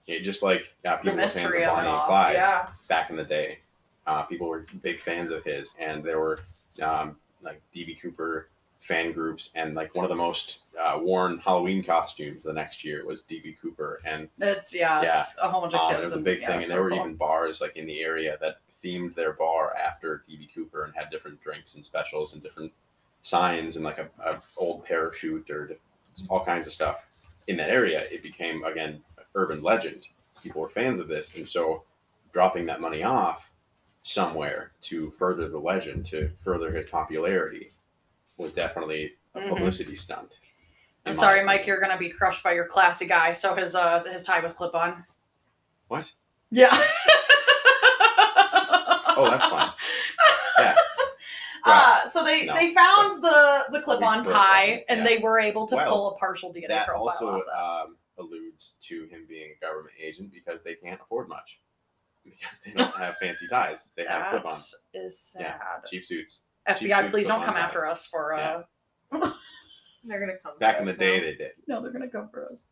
Speaker 2: Yeah, just like uh,
Speaker 3: the
Speaker 2: people were fans of
Speaker 3: mystery of it
Speaker 2: Bonnie and
Speaker 3: all.
Speaker 2: Clyde
Speaker 3: Yeah.
Speaker 2: back in the day. Uh, people were big fans of his, and there were um, like DB Cooper fan groups, and like one of the most uh, worn Halloween costumes the next year was DB Cooper, and
Speaker 3: It's yeah, it's a whole bunch of
Speaker 2: um,
Speaker 3: kids.
Speaker 2: it was a
Speaker 3: and-
Speaker 2: big
Speaker 3: yeah,
Speaker 2: thing. And
Speaker 3: so
Speaker 2: there were
Speaker 3: cool.
Speaker 2: even bars like in the area that themed their bar after DB Cooper and had different drinks and specials and different signs and like a, a old parachute or
Speaker 3: Mm-hmm.
Speaker 2: all kinds of stuff in that area. It became again urban legend. People were fans of this, and so dropping that money off somewhere to further the legend, to further his popularity, was definitely a
Speaker 3: Mhm.
Speaker 2: publicity stunt.
Speaker 3: I'm
Speaker 2: in my
Speaker 3: sorry, Mike.
Speaker 2: opinion.
Speaker 3: You're gonna be crushed by your classy guy. So his uh his tie was clip on.
Speaker 2: What?
Speaker 3: Yeah.
Speaker 2: Oh, that's fine. Yeah.
Speaker 3: Uh, so they
Speaker 2: No,
Speaker 3: they found the the clip on
Speaker 2: We- we're-
Speaker 3: tie, and
Speaker 2: yeah.
Speaker 3: they were able to
Speaker 2: Well,
Speaker 3: pull a partial DNA
Speaker 2: that
Speaker 3: profile
Speaker 2: also
Speaker 3: off that.
Speaker 2: um, alludes to him being a government agent because they can't afford much because they don't have fancy ties. They have
Speaker 3: That
Speaker 2: clip on
Speaker 3: is sad.
Speaker 2: Yeah. cheap suits.
Speaker 3: FBI,
Speaker 2: cheap
Speaker 3: please
Speaker 2: clip-on
Speaker 3: don't come
Speaker 2: ties.
Speaker 3: after us for uh,
Speaker 2: Yeah.
Speaker 4: They're gonna come.
Speaker 2: Back
Speaker 4: to
Speaker 2: in the
Speaker 4: us
Speaker 2: day,
Speaker 4: now.
Speaker 2: they did
Speaker 3: No, they're gonna come for us.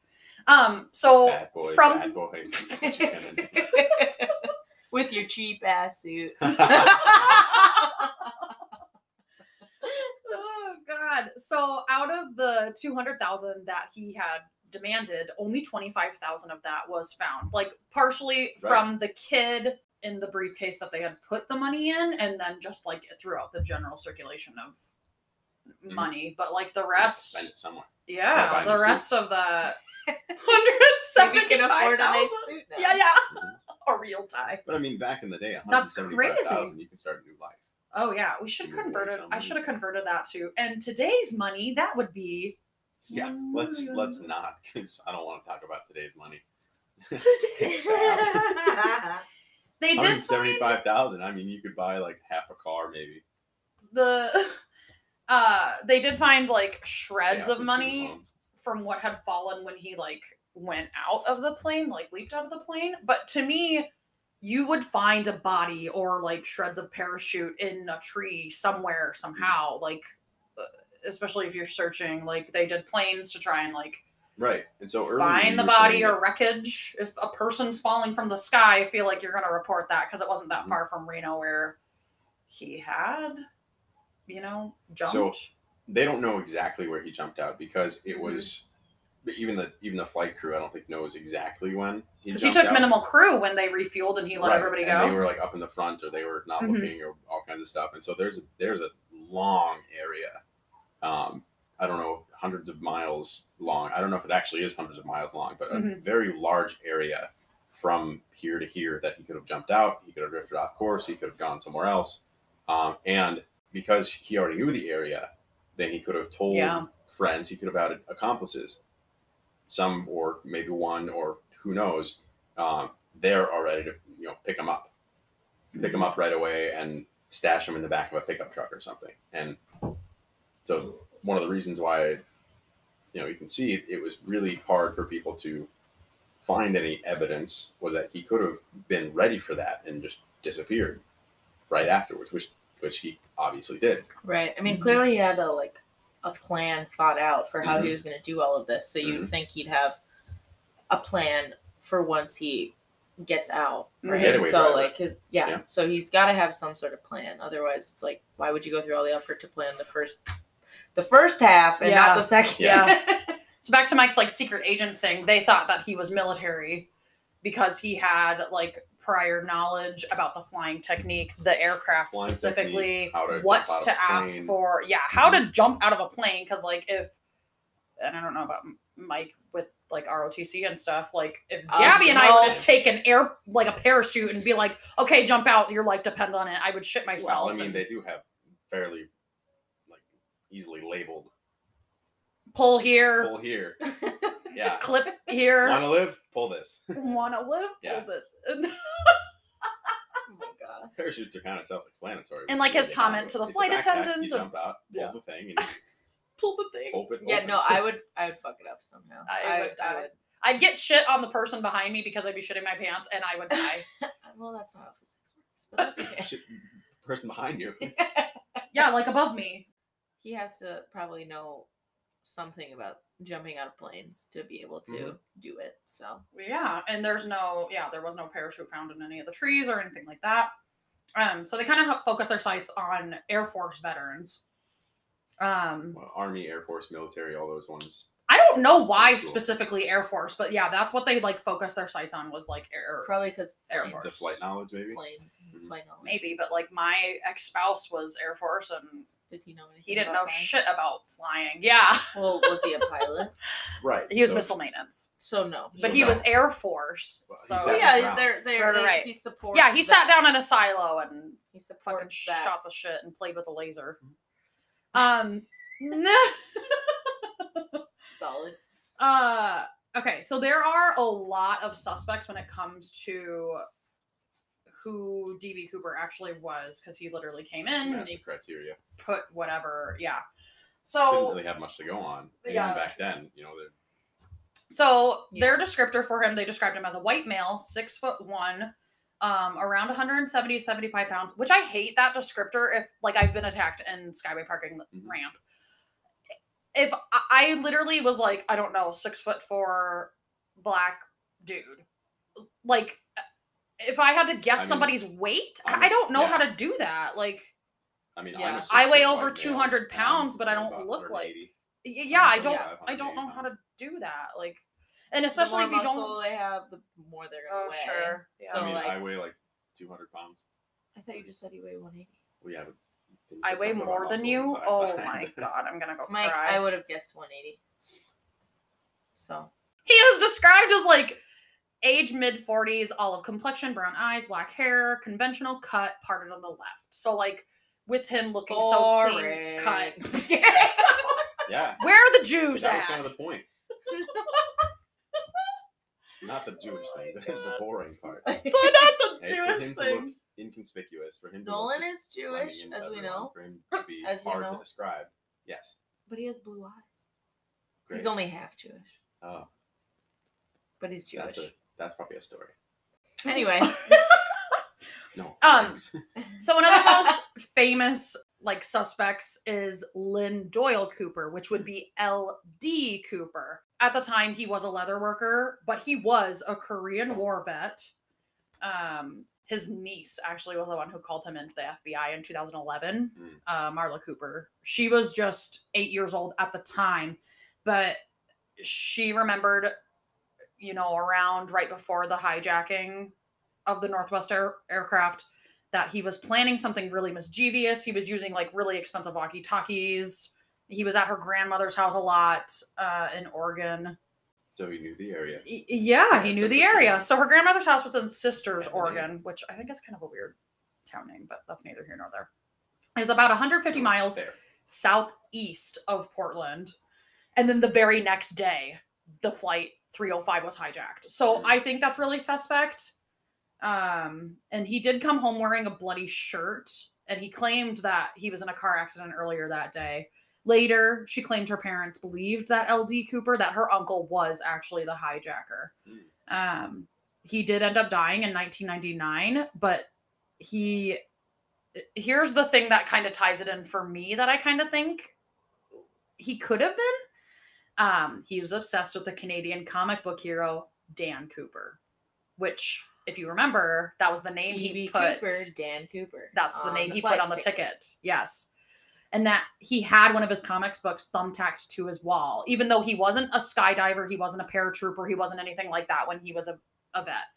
Speaker 3: Um, so
Speaker 2: bad boys,
Speaker 3: from
Speaker 2: bad boys, chicken and-
Speaker 4: With your cheap ass suit.
Speaker 3: oh god. So out of the two hundred thousand that he had demanded, only twenty five thousand of that was found, like partially
Speaker 2: Right.
Speaker 3: from the kid in the briefcase that they had put the money in, and then just like throughout the general circulation of
Speaker 2: Mhm.
Speaker 3: money. But like the
Speaker 2: Spend
Speaker 3: rest,
Speaker 2: it somewhere.
Speaker 3: yeah,
Speaker 2: buying
Speaker 3: the
Speaker 2: a suit.
Speaker 3: rest of the hundred
Speaker 4: we
Speaker 3: seventy
Speaker 4: can
Speaker 3: five
Speaker 4: afford a nice
Speaker 3: thousand.
Speaker 4: suit now.
Speaker 3: Yeah, yeah,
Speaker 2: Mhm.
Speaker 3: a real tie.
Speaker 2: But I mean, back in the day,
Speaker 3: That's
Speaker 2: 175,000, You can start a new life.
Speaker 3: Oh yeah, we should
Speaker 2: You
Speaker 3: have
Speaker 2: would
Speaker 3: converted. I
Speaker 2: something.
Speaker 3: should have converted that to and today's money. That would be
Speaker 2: Yeah, let's let's not because I don't want to talk about today's money.
Speaker 3: today's. they did find
Speaker 2: 175,000. I mean, you could buy like half a car maybe.
Speaker 3: the. Uh, they did find like
Speaker 2: Yeah,
Speaker 3: shreds
Speaker 2: some
Speaker 3: of
Speaker 2: student
Speaker 3: money
Speaker 2: loans.
Speaker 3: from what had fallen when he like went out of the plane, like leaped out of the plane. But to me, you would find a body or like shreds of parachute in a tree somewhere somehow. Like, uh, especially if you're searching, like they did planes to try and like
Speaker 2: Right. And so earlier you
Speaker 3: find the
Speaker 2: were
Speaker 3: body
Speaker 2: saying
Speaker 3: or wreckage. If a person's falling from the sky, I feel like you're going to report that because it wasn't that
Speaker 2: Mhm.
Speaker 3: far from Reno where he had, you know, jumped.
Speaker 2: they don't know exactly where he jumped out because
Speaker 3: Mm-hmm.
Speaker 2: it was but even the even the flight crew I don't think knows exactly when
Speaker 3: because he
Speaker 2: jumped
Speaker 3: took
Speaker 2: out.
Speaker 3: minimal crew when they refueled and he let
Speaker 2: Right,
Speaker 3: everybody
Speaker 2: and
Speaker 3: go.
Speaker 2: They were like up in the front or they were not
Speaker 3: Mhm.
Speaker 2: looking or all kinds of stuff. And so there's a, there's a long area. Um, I don't know, hundreds of miles long. I don't know if it actually is hundreds of miles long, but a
Speaker 3: Mhm.
Speaker 2: very large area from here to here that he could have jumped out. He could have drifted off course. He could have gone somewhere else. Um, and because he already knew the area, then he could have told
Speaker 3: Yeah.
Speaker 2: friends. He could have had accomplices, some or maybe one or who knows. Um, there already to you know pick them up, pick them up right away, and stash them in the back of a pickup truck or something. And so one of the reasons why you know you can see it, it was really hard for people to find any evidence was that he could have been ready for that and just disappeared right afterwards, which which he obviously did.
Speaker 4: Right. I mean,
Speaker 3: Mhm.
Speaker 4: clearly he had a like a plan thought out for how
Speaker 3: Mm-hmm.
Speaker 2: Mhm.
Speaker 4: he was going to do all of this. So you'd think he'd have a plan for once he gets out,
Speaker 3: Mhm.
Speaker 4: right?
Speaker 2: Getaway
Speaker 4: so
Speaker 2: driver.
Speaker 4: like his yeah,
Speaker 2: Yeah.
Speaker 4: So he's got to have some sort of plan. Otherwise, it's like why would you go through all the effort to plan the first the first half and
Speaker 3: Yeah.
Speaker 4: not the second?
Speaker 3: Yeah. So back to Mike's like secret agent thing, they thought that he was military because he had like prior knowledge about the flying technique, the aircraft
Speaker 2: Flying
Speaker 3: specifically,
Speaker 2: technique, how to
Speaker 3: what
Speaker 2: jump out of
Speaker 3: to
Speaker 2: a
Speaker 3: ask
Speaker 2: plane.
Speaker 3: for. Yeah, how to jump out of a plane cuz like if and I don't know about M- Mike with like ROTC and stuff, like if
Speaker 4: Oh,
Speaker 3: Gabby and I
Speaker 4: no.
Speaker 3: would take an air like a parachute and be like, "Okay, jump out, your life depends on it." I would shit myself.
Speaker 2: Well, I mean,
Speaker 3: and
Speaker 2: they do have fairly like easily labeled
Speaker 3: pull here,
Speaker 2: pull here. Yeah.
Speaker 3: clip here,
Speaker 2: Want to live? Pull this.
Speaker 3: want to live,
Speaker 2: Yeah.
Speaker 3: pull this.
Speaker 4: oh my gosh.
Speaker 2: Parachutes are kind of self-explanatory.
Speaker 3: And, like, his
Speaker 2: They
Speaker 3: comment
Speaker 2: have-
Speaker 3: to the
Speaker 2: it's a
Speaker 3: flight
Speaker 2: backpack,
Speaker 3: attendant
Speaker 2: you
Speaker 3: to-
Speaker 2: jump out, pull
Speaker 3: Yeah.
Speaker 2: the thing, and
Speaker 3: pull the thing.
Speaker 2: hope it
Speaker 4: Yeah, no,
Speaker 2: opens.
Speaker 4: I would, I would fuck it up somehow.
Speaker 3: I would- I
Speaker 4: would.
Speaker 3: would. I'd get shit on the person behind me because I'd be shitting my pants and I would die.
Speaker 4: Well, that's not how physics works, but that's okay.
Speaker 2: Shit, person behind you.
Speaker 3: yeah, like above me.
Speaker 4: he has to probably know something about jumping out of planes to be able to
Speaker 2: Mhm.
Speaker 4: do it. So
Speaker 3: Yeah, and there's no, yeah, there was no parachute found in any of the trees or anything like that. Um, so they kind of focus their sights on Air Force veterans. Um,
Speaker 2: Well, Army, Air Force, military, all those ones.
Speaker 3: I don't know why
Speaker 2: That's cool.
Speaker 3: specifically Air Force, but yeah, that's what they like focus their sights on was like air
Speaker 4: probably because
Speaker 3: Air
Speaker 4: planes,
Speaker 3: Force.
Speaker 2: The flight knowledge, maybe.
Speaker 4: planes,
Speaker 2: Mhm.
Speaker 4: flight knowledge.
Speaker 3: Mm-hmm. maybe, but like my ex spouse was Air Force and
Speaker 4: Did he know? Anything
Speaker 3: he didn't
Speaker 4: about
Speaker 3: know
Speaker 4: flying?
Speaker 3: shit about flying. Yeah,
Speaker 4: Well, was he a pilot?
Speaker 2: Right.
Speaker 3: he was
Speaker 2: so-
Speaker 3: missile maintenance,
Speaker 4: So no.
Speaker 3: but
Speaker 2: So
Speaker 3: he
Speaker 2: no.
Speaker 3: was Air Force.
Speaker 2: Well, he
Speaker 3: So
Speaker 4: So
Speaker 2: sat
Speaker 4: yeah,
Speaker 2: down.
Speaker 4: they're they're
Speaker 3: Right,
Speaker 4: they-
Speaker 3: right.
Speaker 4: he supports.
Speaker 3: Yeah, he sat
Speaker 4: that.
Speaker 3: down in a silo and
Speaker 4: He
Speaker 3: fucking
Speaker 4: supports that.
Speaker 3: shot the shit and played with a laser.
Speaker 2: Mhm.
Speaker 3: Um,
Speaker 4: Solid.
Speaker 3: uh, okay, so there are a lot of suspects when it comes to who DB Cooper actually was because he literally came in and
Speaker 2: Master
Speaker 3: he
Speaker 2: criteria.
Speaker 3: put whatever, yeah.
Speaker 2: Didn't
Speaker 3: So,
Speaker 2: really have much to go on. Even
Speaker 3: Oh. Yeah.
Speaker 2: back then, you know, they're
Speaker 3: so
Speaker 4: Yeah.
Speaker 3: their descriptor for him, they described him as a white male, six foot one. Um, around 170, 75 pounds, which I hate that descriptor. If like I've been attacked in Skyway parking
Speaker 2: Mhm.
Speaker 3: ramp, if I, I literally was like, I don't know, six foot four black dude, like uh, if I had to guess
Speaker 2: I mean,
Speaker 3: somebody's weight, I- I
Speaker 2: honest-
Speaker 3: don't know how
Speaker 2: yeah.
Speaker 3: to do that. Like,
Speaker 2: I mean,
Speaker 4: Yeah.
Speaker 2: I'm a
Speaker 3: I
Speaker 2: six
Speaker 3: weigh
Speaker 2: foot
Speaker 3: over
Speaker 2: white male,
Speaker 3: 200
Speaker 2: and I'm
Speaker 3: pounds, but I don't
Speaker 2: about
Speaker 3: look like-
Speaker 2: 180.
Speaker 3: y- yeah, I
Speaker 2: Yeah.
Speaker 3: don't,
Speaker 2: Yeah,
Speaker 3: I don't know how to
Speaker 2: pounds.
Speaker 3: do that. Like, and especially
Speaker 4: the
Speaker 3: if
Speaker 4: more
Speaker 3: you
Speaker 4: muscle
Speaker 3: don't.
Speaker 4: they have, the more they're gonna
Speaker 3: Oh
Speaker 4: weigh.
Speaker 3: sure, yeah.
Speaker 4: So,
Speaker 2: I mean,
Speaker 4: like-
Speaker 2: I weigh like 200 pounds.
Speaker 4: I thought you just said you weigh 180.
Speaker 2: We have. didn't
Speaker 3: I
Speaker 2: put
Speaker 3: weigh
Speaker 2: something about
Speaker 3: more than
Speaker 2: muscle
Speaker 3: you.
Speaker 2: inside,
Speaker 3: oh
Speaker 2: but-
Speaker 3: my god, I'm gonna go
Speaker 4: Mike,
Speaker 3: cry.
Speaker 4: I would have guessed 180. So
Speaker 3: he was described as like age mid 40s olive complexion brown eyes black hair conventional cut parted on the left so like with him looking so clean cut
Speaker 4: Boring.
Speaker 3: Oh
Speaker 2: Yeah.
Speaker 3: where are the jews
Speaker 2: That was
Speaker 3: at
Speaker 2: kind of the point. Not the Jewish thing,
Speaker 4: Oh
Speaker 2: the, the boring part.
Speaker 3: They're not the
Speaker 2: Hey, for
Speaker 3: jewish
Speaker 2: him to look
Speaker 3: thing
Speaker 2: Inconspicuous for him. To look
Speaker 4: Nolan
Speaker 2: just
Speaker 4: is Jewish,
Speaker 2: blending into
Speaker 4: as we
Speaker 2: everyone,
Speaker 4: know,
Speaker 2: For him to be
Speaker 4: as we
Speaker 2: hard
Speaker 4: know.
Speaker 2: to describe. Yes.
Speaker 4: but he has blue eyes.
Speaker 2: Great.
Speaker 4: He's only half Jewish,
Speaker 2: Oh,
Speaker 4: but he's Jewish.
Speaker 2: that's a that's probably a story.
Speaker 4: Anyway,
Speaker 2: No.
Speaker 3: Um,
Speaker 2: thanks.
Speaker 3: so one of the most famous like suspects is Lynn Doyle Cooper, which would be LD Cooper. At the time, he was a leather worker, but he was a Korean War vet. Um, his niece actually was the one who called him into the FBI in 2011,
Speaker 2: Mm.
Speaker 3: uh, Marla Cooper. She was just eight years old at the time, but she remembered, you know, around right before the hijacking of the Northwest air- aircraft that he was planning something really mischievous. He was using like really expensive walkie talkies. He was at her grandmother's house a lot uh, in Oregon.
Speaker 2: So he knew the area.
Speaker 3: Y- yeah, he
Speaker 2: Yeah,
Speaker 3: knew
Speaker 2: so
Speaker 3: the
Speaker 2: good
Speaker 3: area.
Speaker 2: name.
Speaker 3: So her grandmother's house was in Sisters,
Speaker 2: Yeah, the name.
Speaker 3: Oregon, which I think is kind of a weird town name, but that's neither here nor there. Is about 150 miles
Speaker 2: There.
Speaker 3: southeast of Portland. And then the very next day, the flight 305 was hijacked. So
Speaker 2: Mm.
Speaker 3: I think that's really suspect. Um, and he did come home wearing a bloody shirt, and he claimed that he was in a car accident earlier that day. Later, she claimed her parents believed that LD Cooper, that her uncle was actually the hijacker. Um, he did end up dying in 1999, but he here's the thing that kind of ties it in for me that I kind of think he could have been. Um, he was obsessed with the Canadian comic book hero Dan Cooper, which, if you remember, that was the name he
Speaker 4: DB
Speaker 3: put.
Speaker 4: Cooper, Dan Cooper.
Speaker 3: That's Um, the
Speaker 4: on
Speaker 3: name he
Speaker 4: flight
Speaker 3: put on the ticket. Yes. And that he had one of his comics books thumbtacked to his wall, even though he wasn't a skydiver, he wasn't a paratrooper, he wasn't anything like that when he was a, a vet.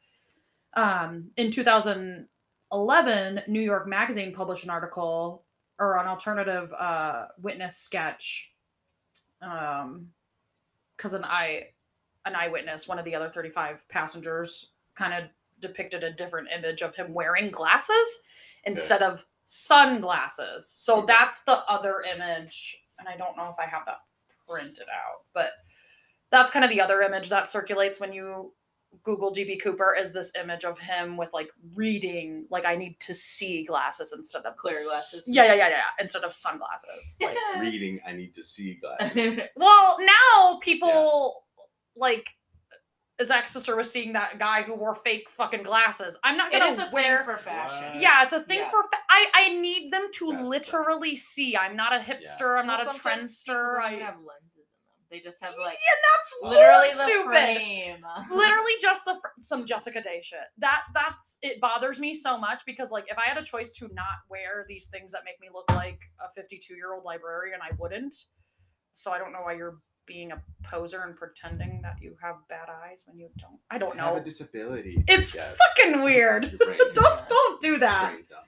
Speaker 3: Um, in 2011, New York Magazine published an article or an alternative uh, witness sketch um, because an eye an eyewitness, one of the other 35 passengers, kind of depicted a different image of him wearing glasses instead of sunglasses. So
Speaker 2: Okay.
Speaker 3: that's the other image. And I don't know if I have that printed out, but that's kind of the other image that circulates when you Google DB Cooper is this image of him with like reading, like I need to see glasses instead of the
Speaker 4: Clear
Speaker 3: s-
Speaker 4: glasses.
Speaker 3: Yeah, yeah, yeah, yeah. yeah, Instead of sunglasses. Like
Speaker 2: Reading, I need to see glasses.
Speaker 4: ticket.
Speaker 3: well, now people like Zach's sister was seeing that guy who wore fake fucking glasses. I'm not
Speaker 4: it
Speaker 3: gonna
Speaker 4: is a
Speaker 3: wear.
Speaker 4: thing for fashion.
Speaker 2: What?
Speaker 3: yeah, it's a thing
Speaker 4: Yeah.
Speaker 3: for. Fa- I I need them to
Speaker 2: That's right.
Speaker 3: literally see. I'm not a hipster. I'm not
Speaker 4: Well,
Speaker 3: a
Speaker 4: sometimes people
Speaker 3: trendster.
Speaker 4: don't
Speaker 3: I
Speaker 4: even have lenses in them. They just have like
Speaker 3: yeah, and
Speaker 4: literally
Speaker 3: that's more
Speaker 4: the
Speaker 3: stupid.
Speaker 4: frame.
Speaker 3: literally just the fr- some Jessica Day shit. That that's it bothers me so much because like if I had a choice to not wear these things that make me look like a 52 year old librarian, I wouldn't. So I don't know why you're being a poser and pretending that you have bad eyes when you don't. I don't
Speaker 2: I have
Speaker 3: know.
Speaker 2: a disability.
Speaker 3: It's
Speaker 2: Yes.
Speaker 3: fucking weird.
Speaker 2: Your brain-
Speaker 3: Just don't do that.
Speaker 2: brain's dumb.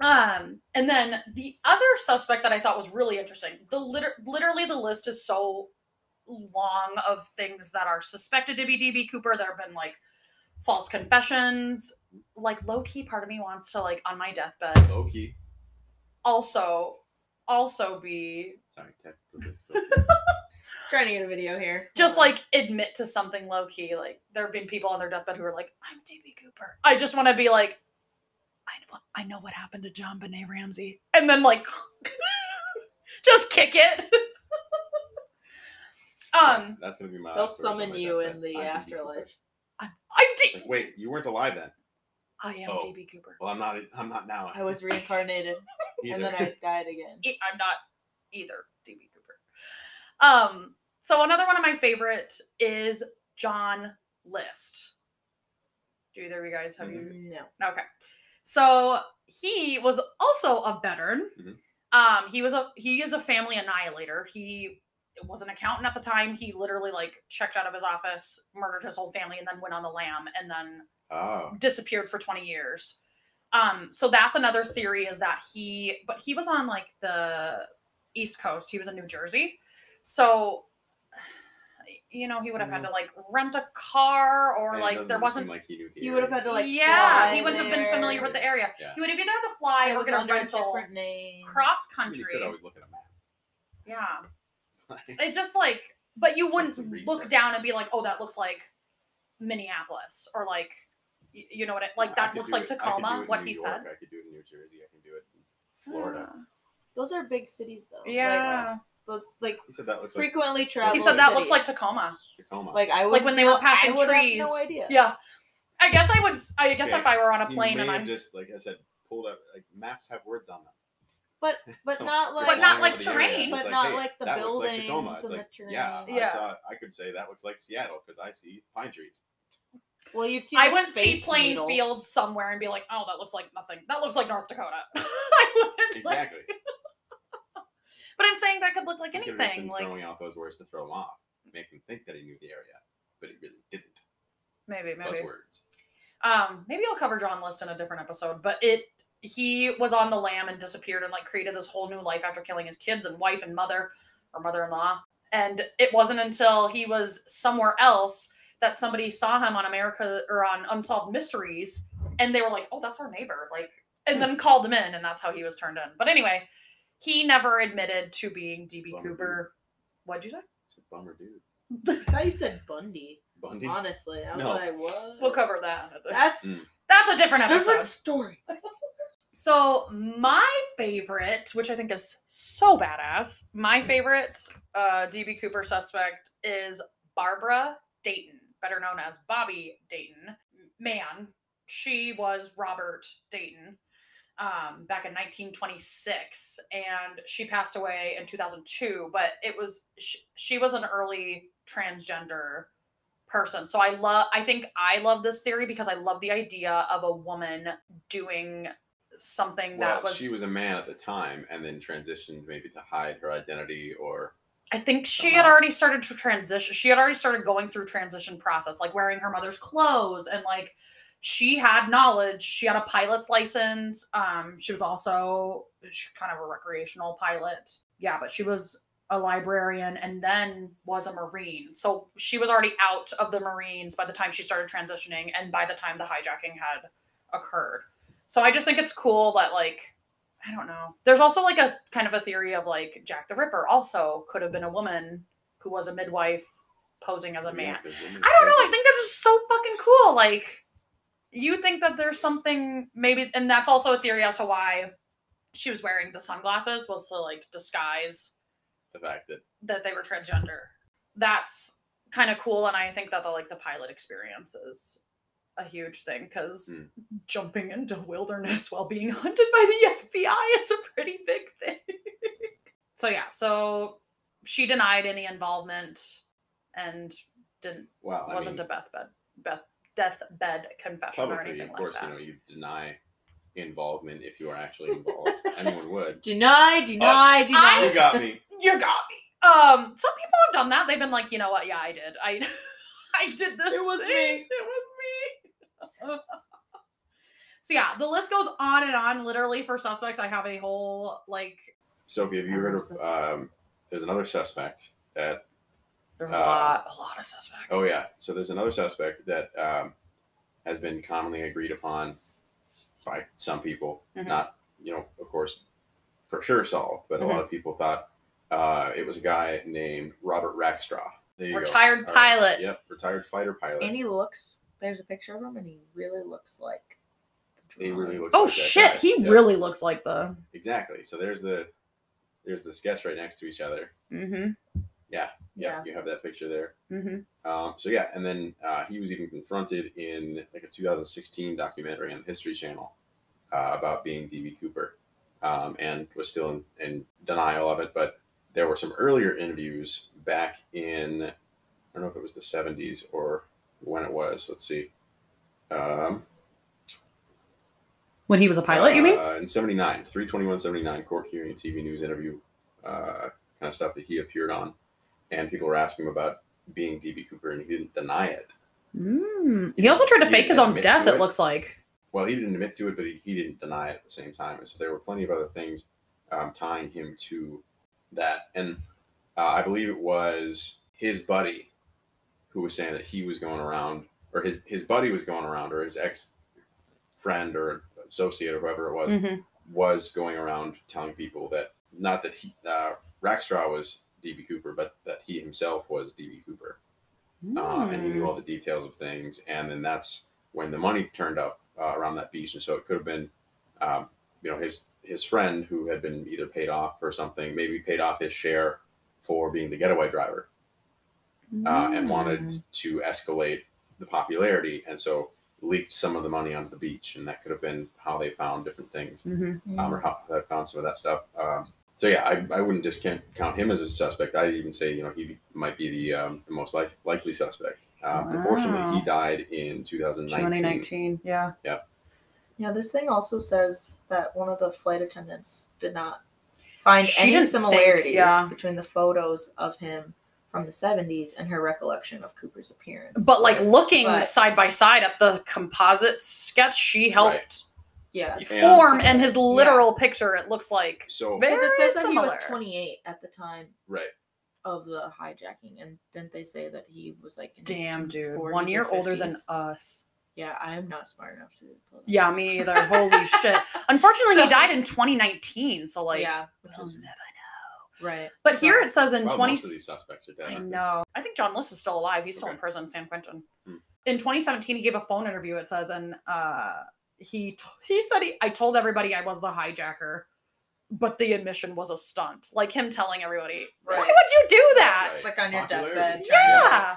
Speaker 3: Um, and then the other suspect that I thought was really interesting. The liter- literally the list is so long of things that are suspected to be DB Cooper. There have been like false confessions. Like low key, part of me wants to like on my deathbed
Speaker 2: Low key.
Speaker 3: also also be
Speaker 2: Sorry, technical.
Speaker 4: Trying to get a video here.
Speaker 3: just
Speaker 4: Hold on.
Speaker 3: like admit to something low key. Like there have been people on their deathbed who are like, "I'm DB Cooper." I just want to be like, "I know, I know what happened to John Benet Ramsey," and then like, just kick it. um,
Speaker 2: that's gonna be my.
Speaker 4: They'll
Speaker 2: last words on
Speaker 4: summon
Speaker 2: my
Speaker 4: you
Speaker 2: deathbed.
Speaker 4: in the
Speaker 2: I can be
Speaker 4: afterlife.
Speaker 2: Cooper.
Speaker 3: I D-
Speaker 2: Like, wait, you weren't alive then.
Speaker 3: I am
Speaker 2: Oh.
Speaker 3: DB Cooper.
Speaker 2: Well, I'm not. I'm not now.
Speaker 4: I was reincarnated and then
Speaker 2: either.
Speaker 4: I died again.
Speaker 3: E- I'm not either DB Cooper. Um, so another one of my favorite is John List. Do either of you guys have you
Speaker 4: No.
Speaker 3: Okay. So he was also a veteran.
Speaker 2: Mhm.
Speaker 3: Um, he was a he is a family annihilator. He was an accountant at the time. He literally like checked out of his office, murdered his whole family, and then went on the lam and then
Speaker 2: Oh,
Speaker 3: disappeared for 20 years. Um, so that's another theory is that he, but he was on like the East Coast. He was in New Jersey. So, you know, he would have had to like rent a car or
Speaker 2: Mm-hmm. And it
Speaker 3: like
Speaker 2: doesn't
Speaker 3: there
Speaker 2: seem
Speaker 3: wasn't.
Speaker 2: Like he knew the
Speaker 4: He would have
Speaker 2: area.
Speaker 4: had to like
Speaker 3: yeah,
Speaker 4: fly
Speaker 3: he wouldn't have been
Speaker 4: there.
Speaker 3: familiar with the area.
Speaker 2: Yeah.
Speaker 3: He would have either had to fly
Speaker 4: It
Speaker 3: or
Speaker 4: was
Speaker 3: get a
Speaker 4: under
Speaker 3: rental
Speaker 4: different name.
Speaker 3: cross
Speaker 2: I mean,
Speaker 3: country.
Speaker 2: You could always look at a map.
Speaker 3: Yeah, it just like, but you
Speaker 2: some
Speaker 3: wouldn't look
Speaker 2: research.
Speaker 3: down and be like, "Oh, that looks like Minneapolis," or like, y- you know what? It, like
Speaker 2: I
Speaker 3: that
Speaker 2: could
Speaker 3: looks
Speaker 2: do
Speaker 3: like
Speaker 2: it- I could do it
Speaker 3: Tacoma.
Speaker 2: in
Speaker 3: What
Speaker 2: New
Speaker 3: he
Speaker 2: York,
Speaker 3: said.
Speaker 2: I could do it in New Jersey. I can do it in Florida.
Speaker 4: Those are big cities though. Like,
Speaker 3: Yeah.
Speaker 4: those like
Speaker 2: He said that looks like
Speaker 4: frequently traveled.
Speaker 3: he said that looks
Speaker 4: cities.
Speaker 3: like Tacoma.
Speaker 2: Tacoma.
Speaker 4: Like I would
Speaker 3: when they were
Speaker 4: not- I
Speaker 3: passing
Speaker 4: would have
Speaker 3: trees.
Speaker 4: no idea.
Speaker 3: Yeah. I guess I would. s- I guess
Speaker 2: Okay.
Speaker 3: if I were on a
Speaker 2: He
Speaker 3: plane
Speaker 2: may
Speaker 3: and
Speaker 2: have
Speaker 3: I,
Speaker 2: just like I said, pulled up. Like maps have words on them.
Speaker 4: But but
Speaker 2: So,
Speaker 4: not
Speaker 2: you're
Speaker 4: like
Speaker 3: But
Speaker 2: walking
Speaker 3: not like
Speaker 2: over the
Speaker 3: terrain.
Speaker 2: area, it's
Speaker 4: But not
Speaker 2: hey,
Speaker 4: like the
Speaker 2: that looks like Tacoma.
Speaker 4: buildings
Speaker 2: It's
Speaker 4: and
Speaker 2: like,
Speaker 4: the
Speaker 2: Yeah,
Speaker 4: terrain.
Speaker 2: I,
Speaker 3: Yeah.
Speaker 2: saw, I could say that looks like Seattle because I see pine trees.
Speaker 4: well you'd see
Speaker 3: I
Speaker 4: the
Speaker 3: wouldn't see
Speaker 4: Space
Speaker 3: plain
Speaker 4: Needle.
Speaker 3: fields somewhere and be like, oh, that looks like nothing. That looks like North Dakota. I wouldn't, like-
Speaker 2: Exactly.
Speaker 3: but I'm saying that could look like
Speaker 2: He could've just
Speaker 3: anything.
Speaker 2: been
Speaker 3: Like
Speaker 2: throwing out those words to throw him off, make him think that he knew the area, but he really didn't.
Speaker 3: maybe, maybe.
Speaker 2: Buzzwords.
Speaker 3: um maybe i'll cover john list in a different episode but it he was on the lam and disappeared and like created this whole new life after killing his kids and wife and mother or mother-in-law and it wasn't until he was somewhere else that somebody saw him on america or on unsolved mysteries and they were like oh that's our neighbor like and then called him in and that's how he was turned in but anyway he never admitted to being db
Speaker 2: Bummer, dude.
Speaker 3: cooper what'd you say
Speaker 2: It's a bummer, dude.
Speaker 4: I thought you said Bundy.
Speaker 2: Bundy.
Speaker 4: Honestly, I was
Speaker 2: No.
Speaker 4: like, what?
Speaker 3: we'll cover that in a-
Speaker 4: That's
Speaker 2: Mm.
Speaker 3: that's a different
Speaker 4: different
Speaker 3: episode
Speaker 4: story.
Speaker 3: So my favorite, which I think is so badass, my
Speaker 2: Hmm.
Speaker 3: favorite uh, DB Cooper suspect is Barbara Dayton, better known as Bobby Dayton. Man, she was Robert Dayton um, back in 1926, and she passed away in 2002. But it was she, she was an early transgender person. So I love. I think I love this theory because I love the idea of a woman doing something
Speaker 2: Well,
Speaker 3: that was
Speaker 2: she was a man at the time and then transitioned maybe to hide her identity or
Speaker 3: I think she
Speaker 2: Something
Speaker 3: had
Speaker 2: else.
Speaker 3: already started to transition. She had already started going through transition process, like wearing her mother's clothes and like she had knowledge. She had a pilot's license. Um, she was also sh- kind of a recreational pilot. Yeah, but she was a librarian and then was a marine. So she was already out of the Marines by the time she started transitioning and by the time the hijacking had occurred. So I just think it's cool that like I don't know. There's also like a kind of a theory of like Jack the Ripper also could have been a woman who was a midwife posing as a man.
Speaker 2: I don't know.
Speaker 3: I don't know. I think that's just so fucking cool. Like, you think that there's something maybe, and that's also a theory as to why she was wearing the sunglasses was to like disguise
Speaker 2: the fact that
Speaker 3: that they were transgender. That's kind of cool, and I think that the like the pilot experience is a huge thing because
Speaker 2: Mm.
Speaker 3: jumping into wilderness while being hunted by the FBI is a pretty big thing. so yeah, so she denied any involvement and didn't
Speaker 2: wow, I
Speaker 3: wasn't
Speaker 2: mean,
Speaker 3: a deathbed beth deathbed confession or
Speaker 2: publicly,
Speaker 3: anything
Speaker 2: of course,
Speaker 3: like that.
Speaker 2: you know, you deny involvement if you are actually involved. Anyone would.
Speaker 4: Deny, deny,
Speaker 3: Oh,
Speaker 4: deny.
Speaker 2: You got me.
Speaker 3: you got me. Um, some people have done that. They've been like, you know what? Yeah, I did. I, I did this.
Speaker 4: was
Speaker 3: thing.
Speaker 4: me.
Speaker 3: It was me. so yeah, the list goes on and on. Literally, for suspects, I have a whole like.
Speaker 2: Sophie, have you
Speaker 4: Oh,
Speaker 2: heard
Speaker 4: who's
Speaker 2: of?
Speaker 4: this?
Speaker 2: Um, there's another suspect that.
Speaker 3: There's
Speaker 2: Uh,
Speaker 3: a lot, a lot of suspects.
Speaker 2: Oh yeah. So there's another suspect that um, has been commonly agreed upon by some people.
Speaker 3: Mhm.
Speaker 2: Not you know, of course, for sure solved, but
Speaker 3: Mm-hmm.
Speaker 2: a lot of people thought uh, it was a guy named Robert Rackstraw. There you go.
Speaker 3: Retired
Speaker 2: All right.
Speaker 3: pilot.
Speaker 2: Yep, retired fighter pilot.
Speaker 4: And he looks. There's a picture of him, and he really looks like. the
Speaker 2: he really
Speaker 4: drawing.
Speaker 2: looks.
Speaker 3: Oh
Speaker 2: like that
Speaker 3: shit,
Speaker 2: guy.
Speaker 3: he
Speaker 2: Yep,
Speaker 3: really looks like the.
Speaker 2: exactly. So there's the there's the sketch right next to each other.
Speaker 3: Mm-hmm.
Speaker 2: Yeah, you have that picture there.
Speaker 3: Mm-hmm.
Speaker 2: Um, so yeah, and then uh, he was even confronted in like a 2016 documentary on the History Channel uh, about being DB Cooper, um, and was still in, in denial of it. But there were some earlier interviews back in I don't know if it was the 70s or when it was. Let's see. Um,
Speaker 3: When he was a pilot, you mean?
Speaker 2: uh, in 79 321 79 court hearing tv news interview uh, kind of stuff that he appeared on and people were asking him about being db cooper and he didn't deny it
Speaker 3: Mm. He also tried to
Speaker 2: he
Speaker 3: fake his own
Speaker 2: admit
Speaker 3: death.
Speaker 2: to
Speaker 3: It
Speaker 2: it.
Speaker 3: looks like.
Speaker 2: well he didn't admit to it but he, he didn't deny it at the same time and so there were plenty of other things um, tying him to that and uh, i believe it was his buddy who was saying that he was going around or his, his buddy was going around or his ex friend or associate or whoever it was
Speaker 3: Mm-hmm.
Speaker 2: was going around telling people that not that he uh, Rackstraw was DB Cooper, but that he himself was DB Cooper, um,
Speaker 3: Mm-hmm.
Speaker 2: and he knew all the details of things. And then that's when the money turned up uh, around that beach, and so it could have been, um, you know, his his friend who had been either paid off for something, maybe paid off his share for being the getaway driver uh, and wanted to escalate the popularity. And so leaked some of the money onto the beach, and that could have been how they found different things
Speaker 5: Mm-hmm.
Speaker 2: um, or how that found some of that stuff. Um, so yeah, I, I wouldn't discount count him as a suspect. I'd even say you know he might be the um, the most like, likely suspect. Um, Unfortunately,
Speaker 3: Wow.
Speaker 2: he died in 2019.
Speaker 3: 2019. Yeah.
Speaker 4: Yeah, this thing also says that one of the flight attendants did not find
Speaker 3: She
Speaker 4: any
Speaker 3: didn't think-
Speaker 4: similarities
Speaker 3: yeah.
Speaker 4: between the photos of him from the 70s and her recollection of Cooper's appearance.
Speaker 3: But like looking
Speaker 4: But-
Speaker 3: side by side at the composite sketch, she helped
Speaker 4: yeah.
Speaker 2: And-
Speaker 3: form and his literal picture. It looks like
Speaker 2: So
Speaker 3: Very
Speaker 4: Because it says that he was
Speaker 3: similar.
Speaker 4: 28 at the time
Speaker 2: right,
Speaker 4: of the hijacking, and didn't they say that he was like, in his
Speaker 3: damn dude,
Speaker 4: 40s
Speaker 3: one
Speaker 4: or
Speaker 3: year older than
Speaker 4: 50s?
Speaker 3: us.
Speaker 4: Yeah, I'm not smart enough to. pull that
Speaker 3: Yeah,
Speaker 4: off.
Speaker 3: me either. Holy shit. Unfortunately,
Speaker 4: So-
Speaker 3: he died in 2019, so like
Speaker 4: yeah,
Speaker 3: we'll never know.
Speaker 4: right.
Speaker 3: But here
Speaker 4: So-
Speaker 3: it says in
Speaker 2: well,
Speaker 3: 20
Speaker 2: most of these suspects are dead.
Speaker 3: I
Speaker 2: aren't they?
Speaker 3: know. I think John List is still alive. He's still in
Speaker 2: Okay.
Speaker 3: prison in San Quentin.
Speaker 2: Hmm.
Speaker 3: In 2017, he gave a phone interview. It says, and uh, he t- he said, he, "I told everybody I was the hijacker, but the admission was a stunt." Like him telling everybody, "Why would
Speaker 4: Right.
Speaker 3: you do that?"
Speaker 2: Right.
Speaker 4: It's like on your
Speaker 2: Popularity.
Speaker 4: deathbed.
Speaker 3: Yeah.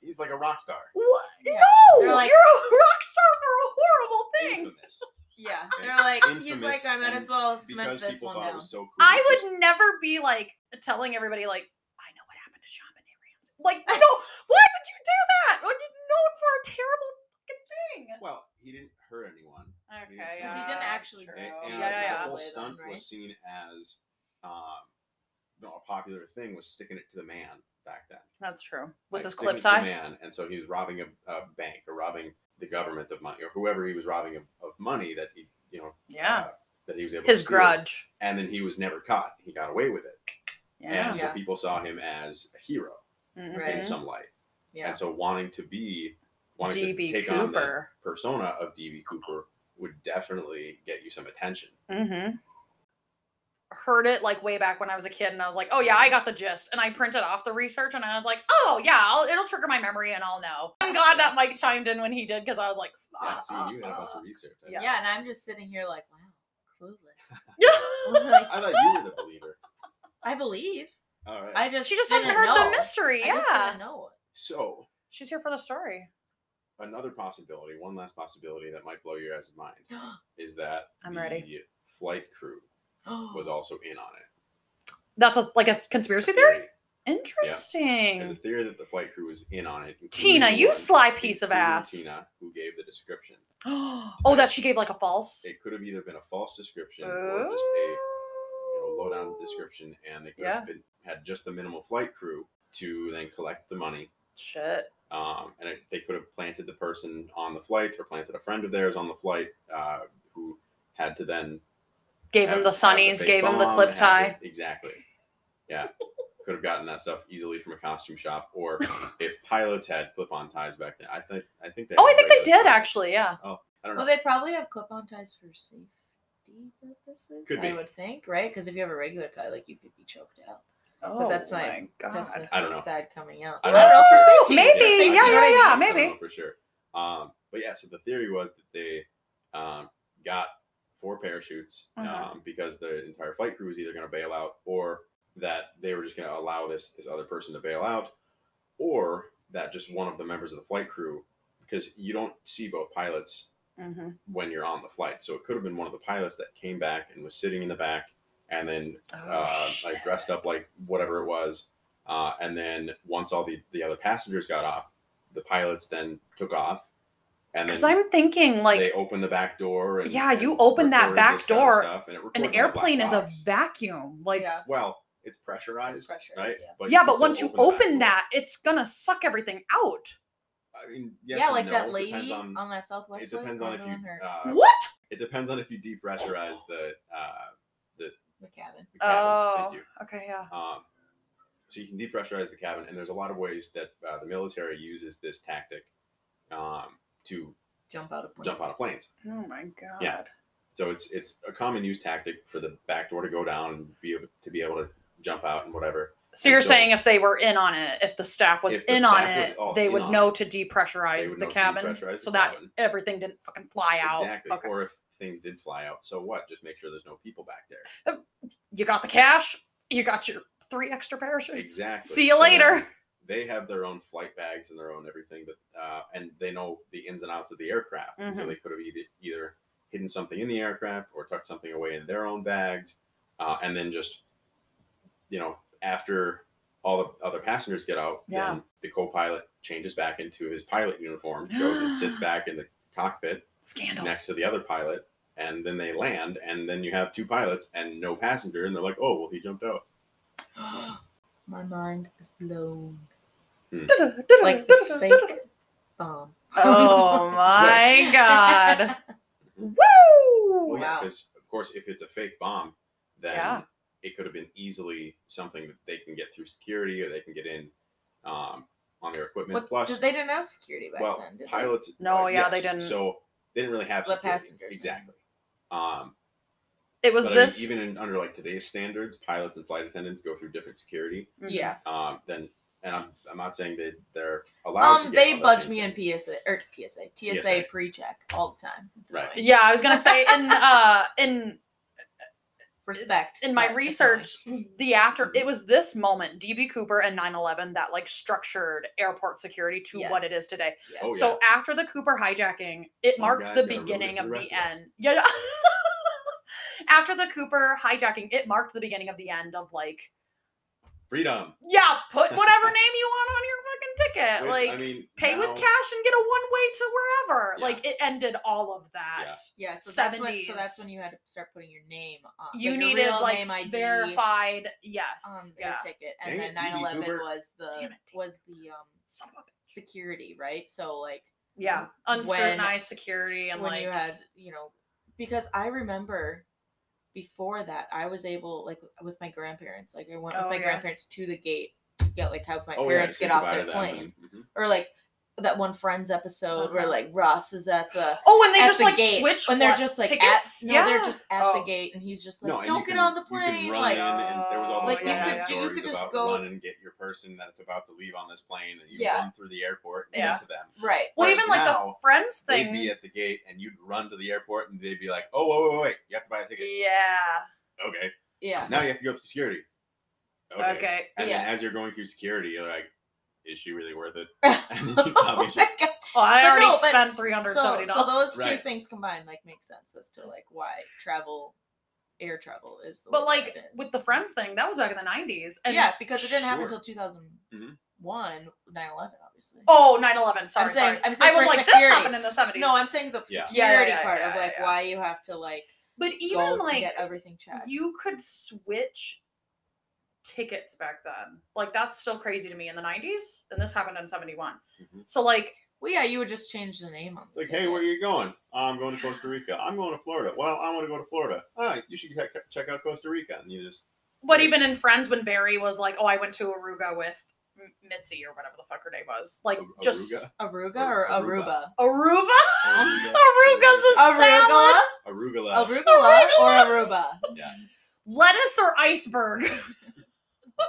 Speaker 2: He's like a rock star.
Speaker 3: What?
Speaker 4: Yeah.
Speaker 3: No,
Speaker 4: They're like-
Speaker 3: you're a rock star for a horrible thing.
Speaker 2: Infamous.
Speaker 4: Yeah,
Speaker 2: And
Speaker 4: they're like, he's
Speaker 2: infamous
Speaker 4: like, I might
Speaker 2: and
Speaker 4: as well cement
Speaker 2: Because
Speaker 4: this
Speaker 2: people
Speaker 4: one
Speaker 2: thought it
Speaker 4: down.
Speaker 2: was so cool.
Speaker 3: I
Speaker 2: just-
Speaker 3: would never be like telling everybody like I know what happened to Champagne Ramsey. Like no, why would you do that? What you known for a terrible fucking thing?
Speaker 2: Well, he didn't hurt anyone.
Speaker 3: Okay,
Speaker 2: Because he
Speaker 3: yeah,
Speaker 2: didn't
Speaker 3: that's
Speaker 4: actually
Speaker 3: true.
Speaker 2: And, and
Speaker 3: Oh, yeah,
Speaker 4: Yeah,
Speaker 2: the
Speaker 3: yeah,
Speaker 4: yeah.
Speaker 2: whole
Speaker 4: Play them,
Speaker 2: stunt
Speaker 4: right?
Speaker 2: was seen as um, no, a popular thing was sticking it to the man back then.
Speaker 3: that's true.
Speaker 2: Like,
Speaker 3: With his
Speaker 2: sticking
Speaker 3: clip
Speaker 2: it to the
Speaker 3: tie,
Speaker 2: man, and so he was robbing a, a bank or robbing the government of money or whoever he was robbing of, of money that he, you know,
Speaker 3: yeah,
Speaker 2: uh, that he was able
Speaker 3: his
Speaker 2: to steal.
Speaker 3: grudge.
Speaker 2: and then he was never caught. He got away with it,
Speaker 3: Yeah, Mm-hmm.
Speaker 2: and so
Speaker 4: Yeah.
Speaker 2: people saw him as a hero in
Speaker 4: Right.
Speaker 2: some light,
Speaker 4: Yeah.
Speaker 2: and so wanting to be wanting to
Speaker 3: DB
Speaker 2: take on the
Speaker 3: Cooper.
Speaker 2: persona of DB Cooper would definitely get you some attention.
Speaker 3: Mm-hmm. Heard it like way back when I was a kid, and I was like, "Oh yeah, I got the gist." And I printed off the research, and I was like, "Oh yeah, I'll, it'll trigger my memory, and I'll know." I'm glad that Mike chimed in when he did because I was like,
Speaker 2: Yeah,
Speaker 3: "Fuck."
Speaker 2: see, you had a bunch of research. I
Speaker 3: Yeah.
Speaker 4: Uh, Yeah, and I'm
Speaker 3: Yes.
Speaker 4: just sitting here like, wow, clueless.
Speaker 2: I thought you were the believer.
Speaker 4: I believe.
Speaker 2: All right.
Speaker 4: I just
Speaker 3: she just
Speaker 4: didn't
Speaker 3: hadn't heard
Speaker 4: know.
Speaker 3: the mystery.
Speaker 4: I
Speaker 3: Yeah,
Speaker 4: just didn't know it.
Speaker 2: so
Speaker 3: she's here for the story.
Speaker 2: another possibility, one last possibility that might blow your guys' mind is that
Speaker 3: I'm
Speaker 2: the
Speaker 3: ready.
Speaker 2: flight crew was
Speaker 4: Oh.
Speaker 2: also in on it.
Speaker 3: That's a, like a conspiracy theory. Interesting.
Speaker 2: There's a theory that the flight crew was in on it. including
Speaker 3: Tina,
Speaker 2: the
Speaker 3: you
Speaker 2: one-
Speaker 3: sly piece of
Speaker 2: including
Speaker 3: ass.
Speaker 2: Tina, who gave the description.
Speaker 3: oh, that she gave like a false.
Speaker 2: It could have either been a false description or just a you know, low down
Speaker 3: Oh.
Speaker 2: description, and they could have been, had just the minimal flight crew to then collect the money
Speaker 3: Shit.
Speaker 2: um, and it, they could have planted the person on the flight or planted a friend of theirs on the flight uh, who had to then
Speaker 3: Gave him
Speaker 2: have-
Speaker 3: the
Speaker 2: have
Speaker 3: sunnies,
Speaker 2: fake
Speaker 3: gave him the
Speaker 2: bomb,
Speaker 3: clip
Speaker 2: have
Speaker 3: tie.
Speaker 2: the- exactly. Yeah, could have gotten that stuff easily from a costume shop, or if pilots had clip-on ties back then. I think I think they.
Speaker 3: Oh, I
Speaker 2: had
Speaker 3: think they
Speaker 2: regular
Speaker 3: did
Speaker 2: ties.
Speaker 3: actually. Yeah.
Speaker 2: I don't know.
Speaker 4: Well, they probably have clip-on ties for safety purposes.
Speaker 2: Could
Speaker 4: I
Speaker 2: be.
Speaker 4: would think, right? Because if you have a regular tie, like you could be choked out.
Speaker 3: Oh,
Speaker 4: that's my-
Speaker 3: God.
Speaker 4: Pessimist
Speaker 2: I don't know.
Speaker 4: side coming out.
Speaker 2: I
Speaker 4: I
Speaker 2: don't
Speaker 4: don't know
Speaker 3: Oh,
Speaker 4: for safety.
Speaker 3: maybe.
Speaker 4: safety,
Speaker 3: Yeah, yeah,
Speaker 4: right?
Speaker 3: yeah.
Speaker 2: I don't
Speaker 3: maybe.
Speaker 2: know for sure. Um, but yeah, so the theory was that they um, got four parachutes
Speaker 3: Uh-huh.
Speaker 2: um, because the entire flight crew was either going to bail out or that they were just going to allow this this other person to bail out, or that just one of the members of the flight crew, because you don't see both pilots
Speaker 3: hmm
Speaker 2: when you're on the flight, so it could have been one of the pilots that came back and was sitting in the back, and then
Speaker 3: Oh,
Speaker 2: uh,
Speaker 3: shit.
Speaker 2: like dressed up like whatever it was. Uh, and then once all the, the other passengers got off, the pilots then took off. And
Speaker 3: Because
Speaker 2: then
Speaker 3: I'm thinking
Speaker 2: they
Speaker 3: like
Speaker 2: opened the back door. And,
Speaker 3: Yeah, you
Speaker 2: and
Speaker 3: open that
Speaker 2: recorded
Speaker 3: back
Speaker 2: this kind of
Speaker 3: door,
Speaker 2: stuff, and it
Speaker 3: an
Speaker 2: recorded in a black
Speaker 3: airplane is a
Speaker 2: box.
Speaker 3: vacuum. Like yeah,
Speaker 4: Yeah.
Speaker 2: Well, it's pressurized,
Speaker 4: It's pressurized,
Speaker 2: right?
Speaker 4: yeah.
Speaker 2: But can still
Speaker 3: but, once you
Speaker 2: the back
Speaker 3: open
Speaker 2: door.
Speaker 3: that, it's gonna suck everything out.
Speaker 2: I mean, yes
Speaker 4: yeah,
Speaker 2: and
Speaker 4: like
Speaker 2: no.
Speaker 4: that
Speaker 2: It
Speaker 4: lady
Speaker 2: depends
Speaker 4: on,
Speaker 2: on,
Speaker 4: that Southwest.
Speaker 2: it
Speaker 4: flight,
Speaker 2: depends
Speaker 4: the
Speaker 2: on if
Speaker 4: one
Speaker 2: you.
Speaker 4: her-
Speaker 2: Uh,
Speaker 3: What?
Speaker 2: It depends on if you depressurize the. Uh,
Speaker 4: the cabin.
Speaker 2: the cabin.
Speaker 3: Oh,
Speaker 2: Thank you.
Speaker 3: okay, yeah.
Speaker 2: Um, so you can depressurize the cabin, and there's a lot of ways that uh, the military uses this tactic um, to
Speaker 4: Jump out of planes.
Speaker 2: jump out of planes.
Speaker 3: Oh my god.
Speaker 2: Yeah. So it's it's a common use tactic for the back door to go down and be able to be able to jump out and whatever.
Speaker 3: So you're
Speaker 2: So-
Speaker 3: saying if they were in on it, if the staff was
Speaker 2: If the
Speaker 3: in on
Speaker 2: staff was
Speaker 3: it,
Speaker 2: all
Speaker 3: they
Speaker 2: in
Speaker 3: would
Speaker 2: on
Speaker 3: know
Speaker 2: it,
Speaker 3: to
Speaker 2: they
Speaker 3: depressurize
Speaker 2: would
Speaker 3: the
Speaker 2: know to
Speaker 3: cabin
Speaker 2: depressurize
Speaker 3: so
Speaker 2: the
Speaker 3: that
Speaker 2: cabin.
Speaker 3: everything didn't fucking fly out.
Speaker 2: Exactly.
Speaker 3: Okay.
Speaker 2: Or if things did fly out, so what? Just make sure there's no people back there.
Speaker 3: You got the cash, you got your three extra parachutes.
Speaker 2: Exactly.
Speaker 3: See you
Speaker 2: So then
Speaker 3: later.
Speaker 2: they have their own flight bags and their own everything that uh, and they know the ins and outs of the aircraft and so
Speaker 3: Mhm.
Speaker 2: they could have either, either hidden something in the aircraft or tucked something away in their own bags uh, and then just you know after all the other passengers get out
Speaker 3: Yeah.
Speaker 2: then the co-pilot changes back into his pilot uniform goes and sits back in the cockpit
Speaker 3: Scandal.
Speaker 2: next to the other pilot and then they land and then you have two pilots and no passenger and they're like oh well he jumped out
Speaker 4: My mind is blown. Like
Speaker 3: Like
Speaker 4: the fake bomb.
Speaker 3: Oh my god.
Speaker 2: Well,
Speaker 3: Woo!
Speaker 2: yeah,
Speaker 4: Wow.
Speaker 2: 'cause, of course, if it's a fake bomb, then
Speaker 3: Yeah.
Speaker 2: it could have been easily something that they can get through security or they can get in um, on their equipment.
Speaker 4: What,
Speaker 2: Plus,
Speaker 4: did they didn't have security back
Speaker 2: well,
Speaker 4: then. Did they?
Speaker 2: pilots. uh,
Speaker 3: No, yeah, they didn't.
Speaker 2: So they didn't really have
Speaker 4: Let
Speaker 2: security.
Speaker 4: passengers in.
Speaker 2: Exactly. Um,
Speaker 3: It was
Speaker 2: but I mean,
Speaker 3: this.
Speaker 2: even in, under like today's standards, pilots and flight attendants go through different security.
Speaker 3: Mhm.
Speaker 4: Yeah.
Speaker 2: Um, then, and I'm, I'm not saying they they're allowed. to
Speaker 4: Um,
Speaker 2: get
Speaker 4: they
Speaker 2: all that
Speaker 4: budge
Speaker 2: things
Speaker 4: me in PSA or PSA, TSA,
Speaker 2: TSA.
Speaker 4: pre-check all the time. It's
Speaker 2: Right.
Speaker 4: annoying.
Speaker 3: Yeah, I was gonna say in uh in
Speaker 4: Respect.
Speaker 3: in my
Speaker 4: but it's
Speaker 3: research, the after
Speaker 2: Mhm.
Speaker 3: it was this moment, DB Cooper and 9/11, that like structured airport security to what it
Speaker 4: Yes.
Speaker 3: is today.
Speaker 4: annoying.
Speaker 2: Oh,
Speaker 4: Yes.
Speaker 3: so after the Cooper hijacking, it
Speaker 2: One
Speaker 3: marked
Speaker 2: guy's
Speaker 3: the
Speaker 2: gotta ruin it
Speaker 3: beginning
Speaker 2: for
Speaker 3: of
Speaker 2: the
Speaker 3: the
Speaker 2: rest of us.
Speaker 3: end. Yeah. yeah. after the Cooper hijacking, it marked the beginning of the end of like,
Speaker 2: Freedom.
Speaker 3: yeah, put whatever name you want on your fucking ticket.
Speaker 2: which,
Speaker 3: like
Speaker 2: I mean,
Speaker 3: pay with
Speaker 2: now-
Speaker 3: cash and get a one way to wherever.
Speaker 2: Yeah.
Speaker 3: Like it ended all of that.
Speaker 4: Yeah, so that's when so that's
Speaker 3: 70s.
Speaker 4: when you had to start putting your name on.
Speaker 3: You
Speaker 4: like, your
Speaker 3: needed
Speaker 4: real
Speaker 3: like
Speaker 4: name Um, ID
Speaker 3: verified.
Speaker 4: on
Speaker 3: Yes.
Speaker 4: your
Speaker 3: yeah.
Speaker 4: ticket, and
Speaker 2: Dang
Speaker 4: then
Speaker 2: it, DB
Speaker 4: 9/11
Speaker 2: Cooper.
Speaker 4: was the
Speaker 3: Damn it, DB.
Speaker 4: was the um
Speaker 3: Son of a-
Speaker 4: security, right? So like
Speaker 3: Yeah.
Speaker 4: um, When-
Speaker 3: Unscrutinized security and
Speaker 4: when
Speaker 3: like
Speaker 4: you had you know because I remember before that I was able like with my grandparents like I went with
Speaker 3: Oh,
Speaker 4: my
Speaker 3: yeah.
Speaker 4: grandparents to the gate to get like help my
Speaker 2: Oh, yeah,
Speaker 4: parents
Speaker 2: say
Speaker 4: get off
Speaker 2: goodbye
Speaker 4: their
Speaker 2: to them
Speaker 4: plane.
Speaker 2: and- mhm.
Speaker 4: or like that one Friends episode where
Speaker 3: Uh-huh.
Speaker 4: like Ross is at the
Speaker 3: Oh, and they
Speaker 4: at
Speaker 3: just
Speaker 4: the
Speaker 3: like
Speaker 4: gate,
Speaker 3: switch
Speaker 4: when they're
Speaker 3: flight
Speaker 4: just like
Speaker 3: tickets.
Speaker 4: at no they're just at the
Speaker 3: Oh.
Speaker 4: gate and he's just like
Speaker 2: No, and
Speaker 4: don't
Speaker 2: you
Speaker 4: get
Speaker 2: can-
Speaker 4: on the
Speaker 2: you can
Speaker 4: plane
Speaker 2: run
Speaker 4: like
Speaker 2: in and there was all those
Speaker 4: Like,
Speaker 2: like,
Speaker 4: you
Speaker 2: romance
Speaker 4: could- you
Speaker 2: stories
Speaker 4: could just
Speaker 2: about
Speaker 4: go-
Speaker 2: run and get your person that's about to leave on this plane, and you
Speaker 4: Yeah.
Speaker 2: run through the airport and
Speaker 3: Yeah.
Speaker 2: get to them.
Speaker 4: right
Speaker 3: Well,
Speaker 2: Whereas
Speaker 3: even like the
Speaker 2: now,
Speaker 3: Friends
Speaker 2: They'd be
Speaker 4: "Mm."
Speaker 3: thing.
Speaker 2: at the gate, and you'd run to the airport, and they'd be like, "Oh, wait, wait, wait, you have to buy a ticket.
Speaker 3: Yeah.
Speaker 2: Okay,
Speaker 4: yeah
Speaker 2: now you have to go through security. Okay."
Speaker 3: Okay.
Speaker 2: And then
Speaker 4: Yeah.
Speaker 2: as you're going through security, you're like, "Is she really worth it?" And then you
Speaker 4: Oh
Speaker 2: probably
Speaker 4: my
Speaker 2: just-
Speaker 4: God.
Speaker 3: Well, I
Speaker 4: But
Speaker 3: already
Speaker 4: no, but-
Speaker 3: spent three hundred
Speaker 4: so,
Speaker 3: seventy
Speaker 4: so
Speaker 3: dollars.
Speaker 4: those two
Speaker 2: Right.
Speaker 4: things combined like make sense as to like why travel air travel is the
Speaker 3: But
Speaker 4: way that
Speaker 3: like
Speaker 4: it is.
Speaker 3: with the Friends thing, that was back in the nineties. And
Speaker 4: yeah because it didn't happen
Speaker 2: Sure. Mm-hmm.
Speaker 4: until 2001 9/11 obviously
Speaker 3: Oh, 9-11. Sorry,
Speaker 4: I'm saying-
Speaker 3: sorry.
Speaker 4: I'm saying
Speaker 3: I was
Speaker 4: for
Speaker 3: like, this
Speaker 4: security.
Speaker 3: happened in the seventies.
Speaker 4: no I'm saying the
Speaker 2: Yeah.
Speaker 4: security
Speaker 3: Yeah, yeah, yeah,
Speaker 4: part of
Speaker 3: yeah,
Speaker 4: like
Speaker 3: yeah.
Speaker 4: why you have to like
Speaker 3: but
Speaker 4: go
Speaker 3: even
Speaker 4: and
Speaker 3: like
Speaker 4: get everything checked
Speaker 3: you could switch tickets back then. Like that's still crazy to me in the nineties, and this happened in seventy one.
Speaker 2: Mhm.
Speaker 3: So like,
Speaker 4: Well, yeah, you would just change the name on. The
Speaker 2: Like, hey, where are you going? "Oh, I'm going to Costa Rica. I'm going to Florida. Well, I want to go to Florida. All right, you should check, check out Costa Rica. And you just
Speaker 3: but
Speaker 2: Right.
Speaker 3: even in Friends, when Barry was like, "Oh, I went to Aruga with M- Mitzi or whatever the fuck her name was," like
Speaker 2: "Ar-
Speaker 3: just
Speaker 2: Aruga?
Speaker 4: Aruga or Aruba?
Speaker 2: Aruba.
Speaker 3: Aruba.
Speaker 2: Aruga.
Speaker 3: Aruga's a
Speaker 4: Aruga,
Speaker 3: salad.
Speaker 2: Arugula.
Speaker 4: arugula, or Aruba?
Speaker 3: Lettuce or iceberg.
Speaker 4: Oh,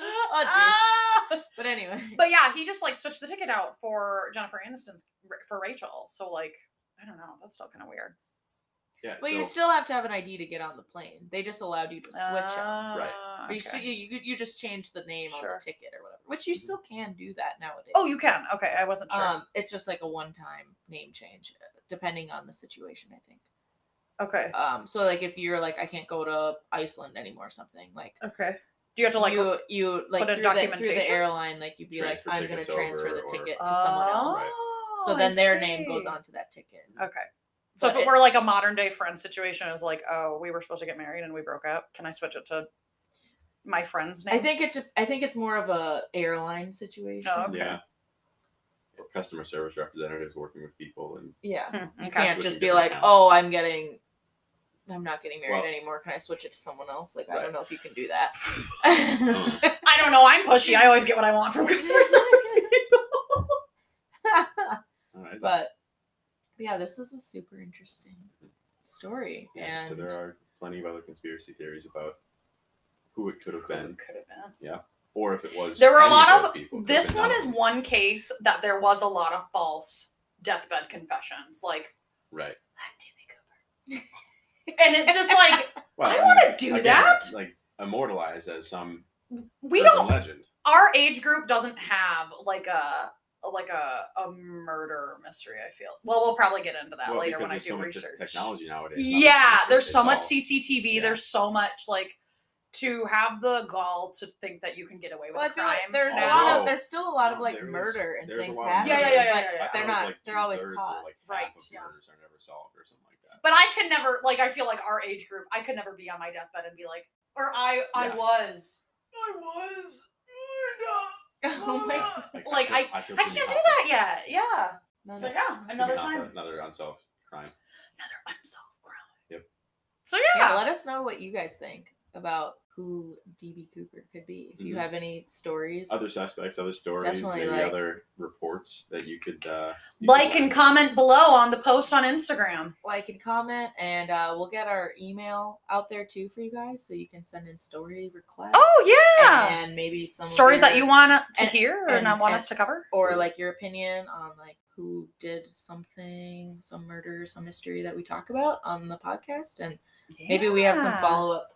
Speaker 4: jeez.
Speaker 3: Ah!
Speaker 4: but anyway,
Speaker 3: but yeah, he just like switched the ticket out for Jennifer Aniston's for Rachel. So like, I don't know. That's still kind of weird.
Speaker 2: Yeah,
Speaker 4: but
Speaker 2: so,
Speaker 4: you still have to have an ID to get on the plane. They just allowed you to switch. them.
Speaker 3: Uh,
Speaker 4: But you, still,
Speaker 3: okay.
Speaker 4: you, you you just change the name on
Speaker 3: Sure.
Speaker 4: the ticket or whatever, which
Speaker 2: Mm-hmm.
Speaker 4: you still can do that nowadays.
Speaker 3: Oh, you can. Okay, I wasn't sure.
Speaker 4: Um, it's just like a one-time name change, uh, depending on the situation. I think.
Speaker 3: okay.
Speaker 4: Um, so like if you're like I can't go to Iceland anymore or something like.
Speaker 3: Okay. Do you have to like?
Speaker 4: you you like
Speaker 3: put a
Speaker 4: through, the, through the
Speaker 3: documentation?
Speaker 4: airline like you'd be like
Speaker 2: Transfer
Speaker 4: i'm going to
Speaker 2: tickets
Speaker 4: transfer
Speaker 2: over
Speaker 4: the
Speaker 2: or-
Speaker 4: ticket to someone else
Speaker 3: Oh,
Speaker 4: so then
Speaker 3: I
Speaker 4: their name goes
Speaker 3: see.
Speaker 4: onto that ticket
Speaker 3: Okay. So
Speaker 4: But
Speaker 3: if it were
Speaker 4: it's-
Speaker 3: like a modern day friend situation, it was like, oh, we were supposed to get married and we broke up. Can I switch it to my friend's name?
Speaker 4: i think it de- i think it's more of a airline situation
Speaker 3: Oh, okay.
Speaker 2: Yeah. Or customer service representatives working with people and
Speaker 4: yeah
Speaker 3: Hmm,
Speaker 4: you
Speaker 3: okay.
Speaker 4: can't
Speaker 2: Switching
Speaker 4: just be
Speaker 2: different
Speaker 4: like
Speaker 2: accounts.
Speaker 4: oh i'm getting i'm not getting married
Speaker 2: Well-
Speaker 4: anymore can i switch it to someone else like i don't
Speaker 2: Right. Hmm.
Speaker 4: know if you can do that
Speaker 3: I don't know. I'm pushy. I always get what I want from customer service people.
Speaker 2: all right.
Speaker 4: but yeah this is a super interesting story
Speaker 2: yeah,
Speaker 4: and
Speaker 2: so there are plenty of other conspiracy theories about who it could have been
Speaker 3: Could have been.
Speaker 2: or if it was
Speaker 3: There were a
Speaker 2: any
Speaker 3: lot
Speaker 2: those
Speaker 3: of-
Speaker 2: people, it could have
Speaker 3: This
Speaker 2: been
Speaker 3: one
Speaker 2: none of
Speaker 3: is
Speaker 2: them.
Speaker 3: one case that there was a lot of false deathbed confessions, like
Speaker 2: right.
Speaker 3: "I'm Jimmy Cooper," and it's just like
Speaker 2: Well,
Speaker 3: I
Speaker 2: mean,
Speaker 3: want to do
Speaker 2: again,
Speaker 3: that.
Speaker 2: Like immortalized as some
Speaker 3: We
Speaker 2: urban
Speaker 3: don't.
Speaker 2: legend.
Speaker 3: our age group doesn't have like a like a, a murder mystery. I feel well, we'll probably get into that
Speaker 2: Well,
Speaker 3: later
Speaker 2: because
Speaker 3: when I
Speaker 2: there's
Speaker 3: do
Speaker 2: so much
Speaker 3: research.
Speaker 2: technology nowadays. not much
Speaker 3: yeah,
Speaker 2: research,
Speaker 3: there's
Speaker 2: it's
Speaker 3: so much
Speaker 2: all-
Speaker 3: CCTV.
Speaker 2: yeah.
Speaker 3: There's so much like to have the gall to think that you can get away with
Speaker 4: Well, I
Speaker 3: a
Speaker 4: feel
Speaker 3: crime.
Speaker 4: like there's a
Speaker 3: now.
Speaker 4: lot
Speaker 2: Oh.
Speaker 4: of there's still a lot of
Speaker 2: Oh,
Speaker 4: like
Speaker 2: there is-
Speaker 4: murder and
Speaker 2: there's a
Speaker 4: things
Speaker 2: lot of
Speaker 4: happening.
Speaker 3: murder. Yeah, yeah, yeah,
Speaker 4: like,
Speaker 3: yeah,
Speaker 2: I
Speaker 3: yeah.
Speaker 4: But
Speaker 2: thought
Speaker 4: they're
Speaker 2: it was
Speaker 4: not.
Speaker 2: like
Speaker 4: they're always
Speaker 2: two-thirds or,
Speaker 4: caught.
Speaker 2: Like
Speaker 3: Right,
Speaker 2: Half of
Speaker 3: yeah.
Speaker 2: Murders are never solved or something like that.
Speaker 3: But I can never like I feel like our age group, I could never be on my deathbed and be like, or I
Speaker 2: Yeah.
Speaker 3: I was. I was.
Speaker 4: Oh my God.
Speaker 3: Like,
Speaker 2: feel
Speaker 3: I
Speaker 2: pretty
Speaker 3: can't do
Speaker 2: awful.
Speaker 3: that yet. Yeah.
Speaker 4: No,
Speaker 3: So
Speaker 4: no.
Speaker 3: yeah, another
Speaker 2: Not
Speaker 3: time.
Speaker 2: a- Another unsolved crime.
Speaker 3: Another unsolved crime.
Speaker 2: Yep.
Speaker 3: So
Speaker 4: yeah,
Speaker 3: yeah.
Speaker 4: let us know what you guys think about who DB Cooper could be. If you
Speaker 2: Mhm.
Speaker 4: have any stories,
Speaker 2: Other suspects, other stories,
Speaker 4: Definitely,
Speaker 2: maybe
Speaker 4: like-
Speaker 2: other reports that you could uh, you could
Speaker 3: Like
Speaker 2: learn.
Speaker 3: and comment below on the post on Instagram.
Speaker 4: like and comment, and uh, we'll get our email out there too for you guys, so you can send in story requests.
Speaker 3: Oh yeah.
Speaker 4: and maybe some of
Speaker 3: Stories that you
Speaker 4: your-
Speaker 3: want to
Speaker 4: and-
Speaker 3: hear or
Speaker 4: and-
Speaker 3: not want
Speaker 4: and-
Speaker 3: us to cover.
Speaker 4: or like your opinion on like who did something, some murder, some mystery that we talk about on the podcast, and maybe we have some
Speaker 3: Yeah.
Speaker 4: follow up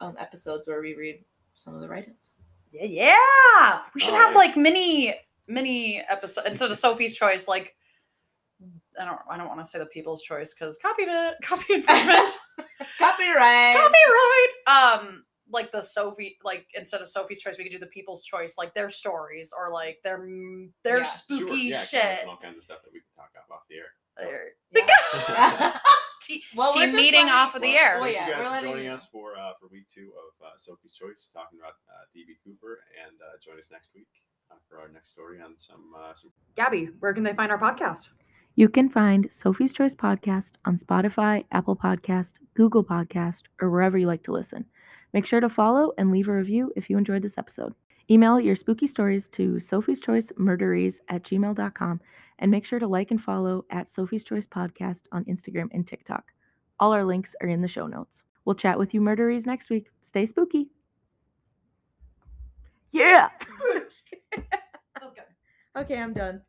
Speaker 4: um, episodes where we read some of the write-ins.
Speaker 3: Yeah, yeah. We should
Speaker 2: All
Speaker 3: have
Speaker 2: right.
Speaker 3: like mini mini episode instead of Sophie's choice. Like, I don't I don't want to say the people's choice because copy copy infringement
Speaker 4: Copyright.
Speaker 3: copyright. Um, like the Sophie like instead of Sophie's choice, we could do the people's choice, like their stories or like their m- their
Speaker 4: Yeah.
Speaker 2: Sure,
Speaker 3: spooky
Speaker 2: yeah, comments
Speaker 3: shit.
Speaker 2: and all kinds of stuff that we can talk about off the air.
Speaker 3: Their-
Speaker 4: Yeah.
Speaker 2: Yeah.
Speaker 3: Te-
Speaker 4: well, we're
Speaker 3: team
Speaker 4: just
Speaker 3: meeting
Speaker 4: letting-
Speaker 3: off of the air.
Speaker 4: Oh,
Speaker 2: Thank
Speaker 4: yeah,
Speaker 2: you
Speaker 4: we're
Speaker 2: guys for
Speaker 4: letting
Speaker 2: joining
Speaker 4: you
Speaker 2: us for uh, for week two of uh, Sophie's Choice, talking about uh, DB Cooper, and uh, join us next week uh, for our next story on some uh, some
Speaker 3: Gabby, where can they find our podcast?
Speaker 5: You can find Sophie's Choice Podcast on Spotify, Apple Podcast, Google Podcast, or wherever you like to listen. Make sure to follow and leave a review if you enjoyed this episode. Email your spooky stories to Sophie's Choice Murderies at gmail.com and make sure to like and follow at Sophie's Choice Podcast on Instagram and TikTok. All our links are in the show notes. We'll chat with you murderies next week. Stay spooky. Yeah.
Speaker 3: That was good.
Speaker 5: Okay, I'm done.